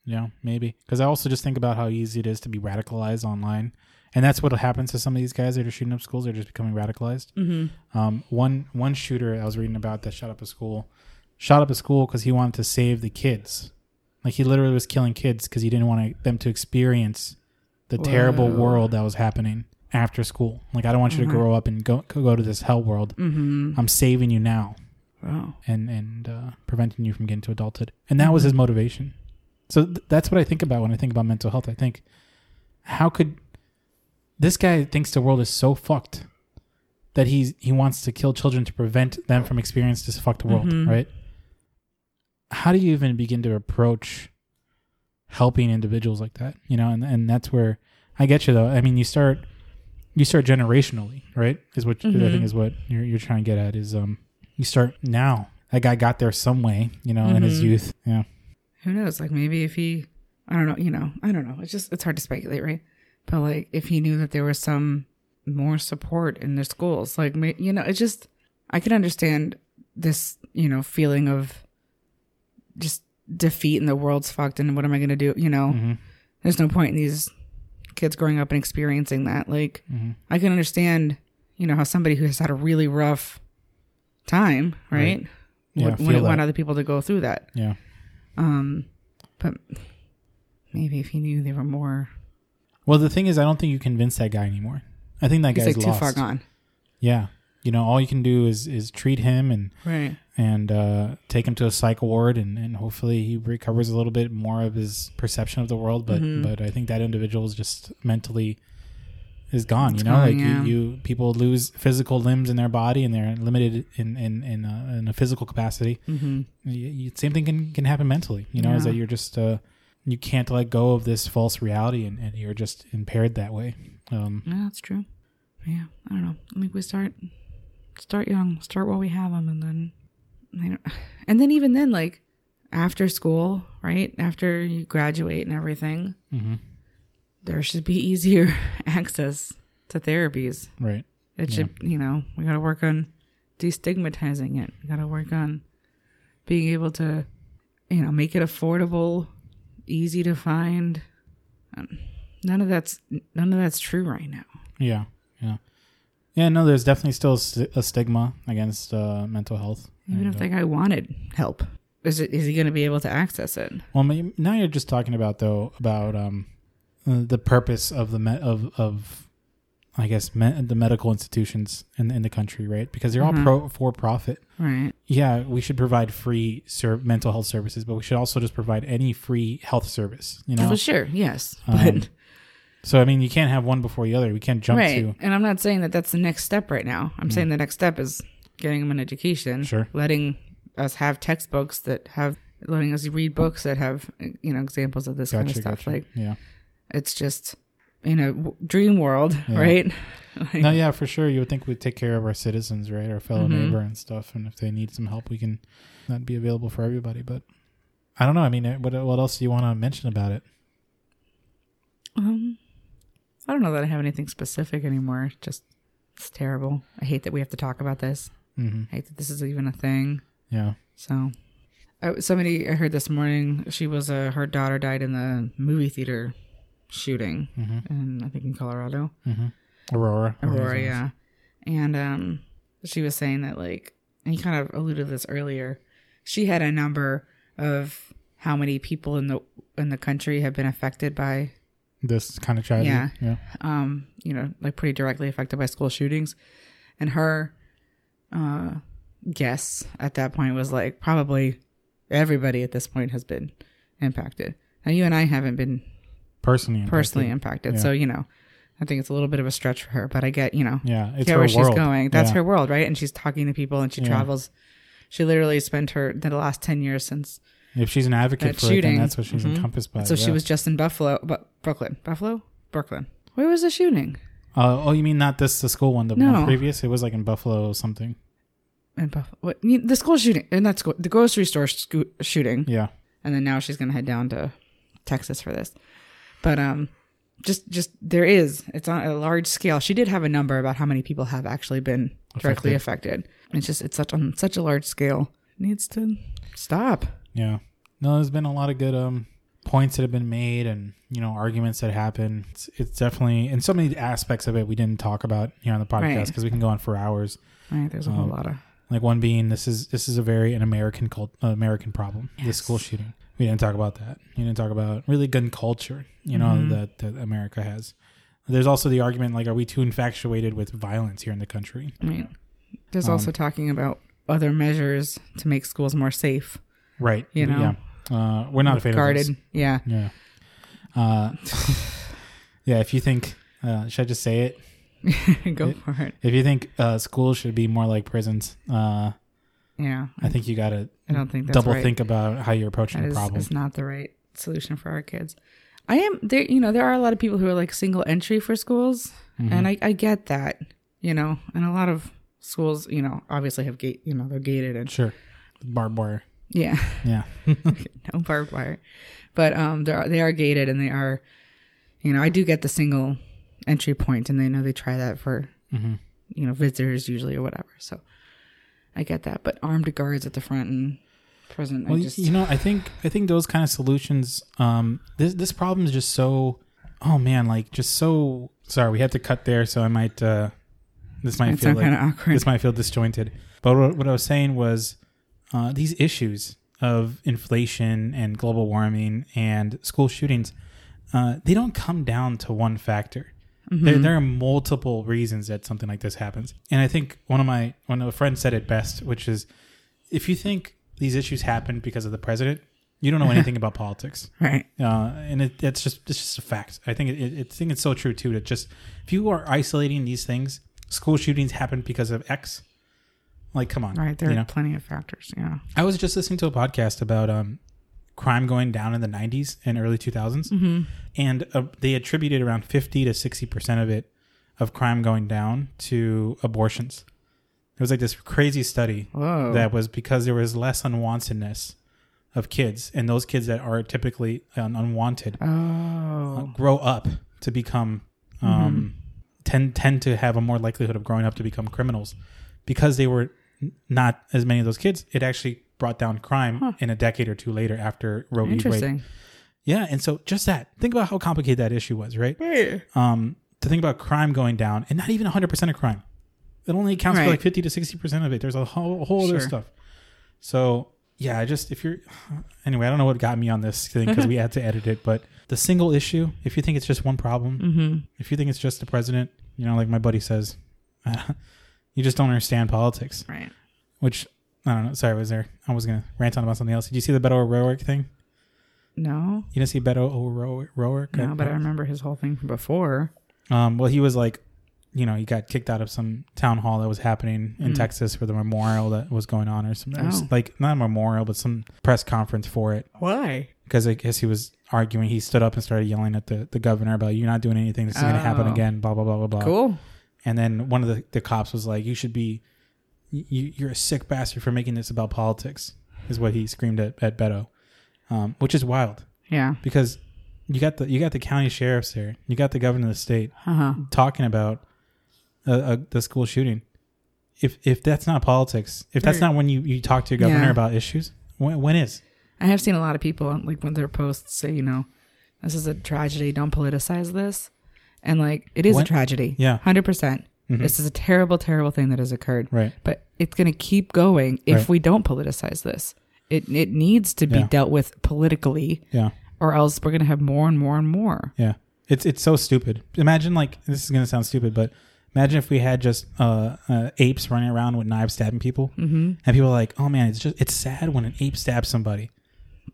B: Yeah, maybe. Because I also just think about how easy it is to be radicalized online. and that's what happens to some of these guys that are shooting up schools. They're just becoming radicalized. Mm-hmm. Um, one one shooter I was reading about that shot up a school, shot up a school because he wanted to save the kids. Like he literally was killing kids because he didn't want them to experience the terrible world that was happening after school. Like I don't want you to grow up and go go to this hell world. Mm-hmm. I'm saving you now
A: wow
B: and and uh, preventing you from getting to adulthood. And that was his motivation. So th- that's what I think about when I think about mental health. I think, how could this guy thinks the world is so fucked that he's he wants to kill children to prevent them from experiencing this fucked world, right? How do you even begin to approach helping individuals like that? You know, and and that's where I get you though. I mean, you start you start generationally, right? Is what I think is what you're you're trying to get at is um you start now. That guy got there some way, you know, in
A: Mm-hmm.
B: his youth. Yeah.
A: who knows like maybe if he i don't know you know i don't know it's just it's hard to speculate right But like, if he knew that there was some more support in the schools, like, ma- you know, it just, I can understand this, you know, feeling of just defeat and the world's fucked and what am I going to do? You know,
B: Mm-hmm.
A: there's no point in these kids growing up and experiencing that. Like,
B: Mm-hmm.
A: I can understand, you know, how somebody who has had a really rough time, right?
B: Yeah,
A: would,
B: feel
A: wouldn't want
B: that.
A: other people to go through that.
B: Yeah.
A: But maybe if he knew they were more,
B: Well, the thing is, I don't think you convince that guy anymore. I think that
A: he's
B: guy's
A: like
B: lost.
A: too far gone.
B: Yeah. You know, all you can do is is treat him and
A: Right.
B: and uh, take him to a psych ward, and, and hopefully he recovers a little bit more of his perception of the world. But
A: Mm-hmm.
B: but I think that individual is just mentally is gone. you know,
A: gone,
B: like
A: yeah.
B: you, you people lose physical limbs in their body, and they're limited in in in a, in a physical capacity. Mm-hmm. You, you- same thing can can happen mentally. You know, is
A: Yeah.
B: that you're just uh, you can't let go of this false reality, and, and you're just impaired that way. Um,
A: Yeah, that's true. Yeah, I don't know. I think we start start young, start while we have them, and then I don't, and then even then, like after school, right after you graduate and everything,
B: Mm-hmm.
A: there should be easier access to therapies.
B: right.
A: It should, you know, we got to work on destigmatizing it. We got to work on being able to, you know, make it affordable, easy to find. Um, None of that's none of that's true right now.
B: Yeah, yeah, yeah. No, there's definitely still st- a stigma against uh, mental health.
A: Even if that guy wanted help, is it is he going to be able to access it?
B: uh, Well, ma- now you're just talking about though about um, uh, the purpose of the me- of of I guess me- the medical institutions in in the country, right? Because they're
A: Mm-hmm.
B: all pro for profit.
A: Right.
B: Yeah, we should provide free ser- mental health services, but we should also just provide any free health service. You know,
A: Well, sure. Yes.
B: Um,
A: But
B: so I mean, you can't have one before the other. We can't jump
A: right.
B: to Mm.
A: And I'm not saying that that's the next step right now. I'm saying the next step is getting him an education.
B: Sure.
A: Letting us have textbooks that have letting us read books that have you know examples of this kind of
B: Gotcha,
A: stuff.
B: gotcha.
A: Like
B: yeah.
A: it's just in a w- dream world, right? Like,
B: No, yeah, for sure. You would think we'd take care of our citizens, right? Our fellow
A: Mm-hmm.
B: neighbor and stuff. And if they need some help, we can not be available for everybody. But I don't know. I mean, eh, what, what else do you want to mention about it?
A: um, I don't know that I have anything specific anymore. Just it's terrible. I hate that we have to talk about this.
B: hmm
A: I hate that this is even a thing.
B: Yeah.
A: So, I, somebody I heard this morning, she was uh, her daughter died in the movie theater shooting, in, I think in Colorado,
B: Aurora.
A: Aurora, yeah. And um, she was saying that like, and you kind of alluded to this earlier, she had a number of how many people in the in the country have been affected by
B: This kind of tragedy. Yeah.
A: Yeah. um, you know, like pretty directly affected by school shootings. And her uh, guess at that point was like probably everybody at this point has been impacted. Now you and I haven't been
B: Personally. impacted.
A: personally impacted, so you know, I think it's a little bit of a stretch for her. But I get you know,
B: Yeah. It's
A: get
B: her
A: where
B: world.
A: she's going. That's
B: Yeah.
A: her world, right? And she's talking to people and she travels. She literally spent her the last ten years since.
B: If she's an advocate
A: That
B: for it, then
A: shooting.
B: that's what she's encompassed by.
A: So she
B: yeah.
A: was just in Buffalo, but Brooklyn, Buffalo, Brooklyn. Where was the shooting?
B: Uh, oh, you mean not this, the school one, the one
A: No.
B: previous? It was like in Buffalo or something.
A: in Buffalo. What, you- the school shooting, and that's the grocery store sco- shooting,
B: Yeah.
A: and then now she's gonna head down to Texas for this. But um, just just there is it's on a large scale. She did have a number about how many people have actually been directly affected. It's just it's such on such a large scale needs to stop.
B: Yeah. No, there's been a lot of good um points that have been made and you know arguments that happen. It's, it's definitely and so many aspects of it we didn't talk about here on the podcast
A: Right.
B: because we can go on for hours.
A: Right, there's a
B: Um,
A: whole lot of
B: Like one being this is this is a very an American cult uh, American problem. The school shooting. We didn't talk about that. You didn't talk about really gun culture. You know
A: Mm-hmm.
B: that that America has. There's also the argument like are we too infatuated with violence here in the country?
A: right.
B: um,
A: There's also talking about other measures to make schools more safe,
B: Right.
A: You know.
B: Yeah. Uh, we're not a fan of those.
A: guarded. Yeah,
B: Yeah. Uh, yeah, if you think, uh, should I just say it?
A: go for it.
B: If you think uh, schools should be more like prisons, uh,
A: Yeah,
B: I think you got to
A: I don't think that's
B: double
A: right.
B: think about how you're approaching
A: That
B: the
A: is,
B: problem.
A: is not the right solution for our kids. I am there, you know, there are a lot of people who are like single entry for schools,
B: Mm-hmm.
A: and I, I get that, you know, and a lot of schools, you know, obviously have gate, you know, they're gated and
B: sure. Barbed wire.
A: yeah,
B: Yeah.
A: no barbed wire, but um, they are they are gated and they are, you know, I do get the single entry point, and they know they try that for
B: Mhm.
A: you know visitors usually or whatever. So I get that, but armed guards at the front and present,
B: Well,
A: I
B: y-
A: just
B: you know, I think I think those kind of solutions. Um, this this problem is just so. Oh man, like just so. Sorry, we had to cut there, so I might. Uh, this might
A: That
B: feel
A: sound
B: like
A: kinda awkward.
B: this might feel disjointed. But what, what I was saying was uh, these issues of inflation and global warming and school shootings. Uh, they don't come down to one factor.
A: Mm-hmm.
B: There, there are multiple reasons that something like this happens, and I think one of my one of a friend said it best, which is if you think these issues happened because of the president, you don't know anything about politics.
A: right.
B: Uh, and it, that's just it's just a fact. I think it, it, I think it's so true too. That just if you are isolating these things, school shootings happen because of X. Like, come on,
A: Right, there
B: you
A: are
B: know?
A: plenty of factors. Yeah,
B: I was just listening to a podcast about um, crime going down in the 90s and early 2000s. And uh, they attributed around 50 to 60% of it, of crime going down, to abortions. It was like this crazy study
A: Whoa.
B: that was because there was less unwantedness of kids. And those kids that are typically un- unwanted uh,
A: Oh,
B: grow up to become, um, tend, tend to have a more likelihood of growing up to become criminals because they were n- not as many of those kids. It actually brought down crime in a decade or two later after Roe v. Wade.
A: interesting.
B: Yeah. And so just that, think about how complicated that issue was, right?
A: Hey.
B: Um, to think about crime going down and not even 100% of crime. It only accounts for
A: Right.
B: like 50 to 60% of it. There's a whole, whole other
A: Sure.
B: stuff. So yeah, I just, if you're, anyway, I don't know what got me on this thing because we had to edit it, but the single issue, if you think it's just one problem, if you think it's just the president, you know, like my buddy says, you just don't understand politics
A: Right.
B: which I don't know. Sorry, I was there. I was gonna rant on about something else. Did you see the Beto O'Rourke thing?
A: No,
B: You didn't see Beto O'Rourke? O'Rourke?
A: no, but I remember his whole thing from before.
B: Um, well, he was like, you know, he got kicked out of some town hall that was happening in Texas for the memorial that was going on, or something. It was
A: Hmm. Oh.
B: Like not a memorial, but some press conference for it.
A: Why?
B: Because I guess he was arguing. He stood up and started yelling at the, the governor about you're not doing anything. This is gonna happen
A: Oh.
B: again. Blah blah blah blah blah.
A: Cool.
B: And then one of the, the cops was like, "You should be, you, you're a sick bastard for making this about politics," is what he screamed at at Beto, um, which is wild
A: Yeah.
B: because you got the you got the county sheriffs there, you got the governor of the state
A: Uh huh.
B: talking about uh, uh, the school shooting. If if that's not politics, if that's
A: Right.
B: not when you you talk to your governor
A: Yeah.
B: about issues, when, when is?
A: I have seen a lot of people on like when their posts say, you know, this is a tragedy. Don't politicize this. And like, it is
B: What?
A: a tragedy.
B: Yeah. Mm-hmm.
A: 100%. percent This is a terrible, terrible thing that has occurred.
B: Right.
A: But it's going to keep going if
B: Right.
A: we don't politicize this. It, it needs to be
B: Yeah.
A: dealt with politically,
B: Yeah.
A: or else we're going to have more and more and more.
B: Yeah. It's it's so stupid. Imagine like this is gonna sound stupid, but imagine if we had just uh, uh apes running around with knives stabbing people, mm-hmm. and people are like, oh man, it's just it's sad when an ape stabs somebody.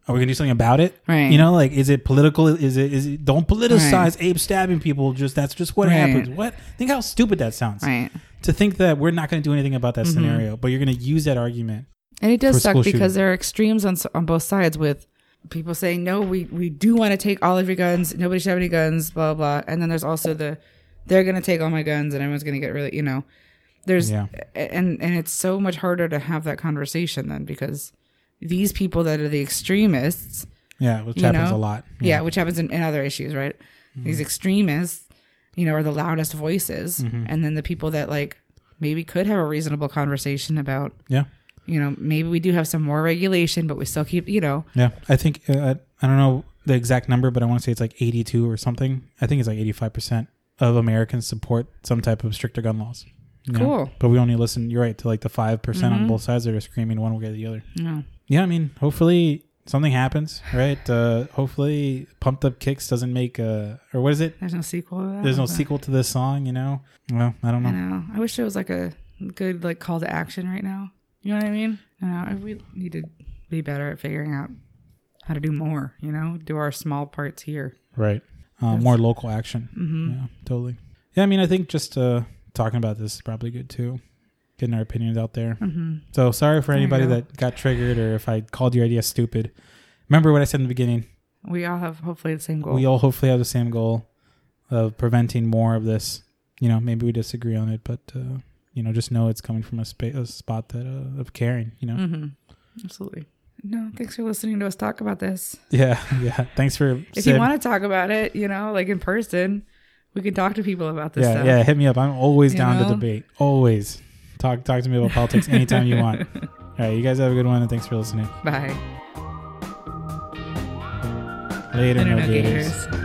B: Are we gonna do something about it?
A: Right.
B: You know, like is it political? Is it is it? Don't politicize ape stabbing people. Just that's just what
A: Right.
B: happens. What? Think how stupid that sounds.
A: Right.
B: To think that we're not gonna do anything about
A: Mm-hmm.
B: that scenario, but you're gonna use that argument.
A: And it
B: for
A: does suck
B: school
A: because
B: shooting.
A: there are extremes on s- on both sides with people saying no, we we do want to take all of your guns. Nobody should have any guns. Blah blah. blah. And then there's also the they're gonna take all my guns and everyone's gonna get really you know there's
B: Yeah.
A: a- and and it's so much harder to have that conversation then because these people that are the extremists
B: Yeah, which
A: You
B: happens
A: know?
B: a lot. Mm-hmm.
A: yeah, which happens in, in other issues, right? These extremists, you know, are the loudest voices,
B: Mm-hmm.
A: and then the people that like maybe could have a reasonable conversation about,
B: Yeah.
A: you know, maybe we do have some more regulation, but we still keep, you know,
B: Yeah, I think uh, I don't know the exact number, but I want to say it's like 82 or something. I think it's like 85 percent of Americans support some type of stricter gun laws. you know?
A: Cool. Mm-hmm.
B: But we only listen. You're right to like the five percent on both sides that are screaming one way or the other.
A: you know,
B: Yeah, I mean, hopefully something happens, right? Uh, hopefully, pumped up kicks doesn't make uh or what is it?
A: there's no sequel. To that,
B: There's no
A: but-
B: sequel to this song, you know. Well, I don't
A: Oh, I
B: know.
A: know. I wish there was like a good like call to action right now. You know what I mean? I know. I- We need to be better at figuring out how to do more. You know, do our small parts here. Mm-hmm.
B: Right. Uh, more local action.
A: Mm.
B: Yeah, totally. Yeah, I mean, I think just uh, talking about this is probably good too. Getting our opinions out there.
A: Mm-hmm.
B: So sorry for
A: you
B: anybody
A: go.
B: that got triggered or if I called your idea stupid. Remember what I said in the beginning.
A: We all have hopefully the same goal.
B: We all hopefully have the same goal of preventing more of this. You know, maybe we disagree on it, but uh,
A: Mm.
B: you know, just know it's coming from a, spa- a spot that uh, of caring. You know,
A: Mm-hmm. Absolutely. No, thanks for listening to us talk about this.
B: Yeah, yeah. Thanks for
A: If
B: Sid.
A: you want to talk about it, you know, like in person, we can talk to people about this
B: yeah,
A: stuff.
B: yeah. Hit me up. I'm always
A: You
B: down to
A: know?
B: debate. Always talk talk to me about politics anytime you want. All right, you guys have a good one, and thanks for listening.
A: Bye.
B: Later,
A: Internet
B: no gators.
A: gators.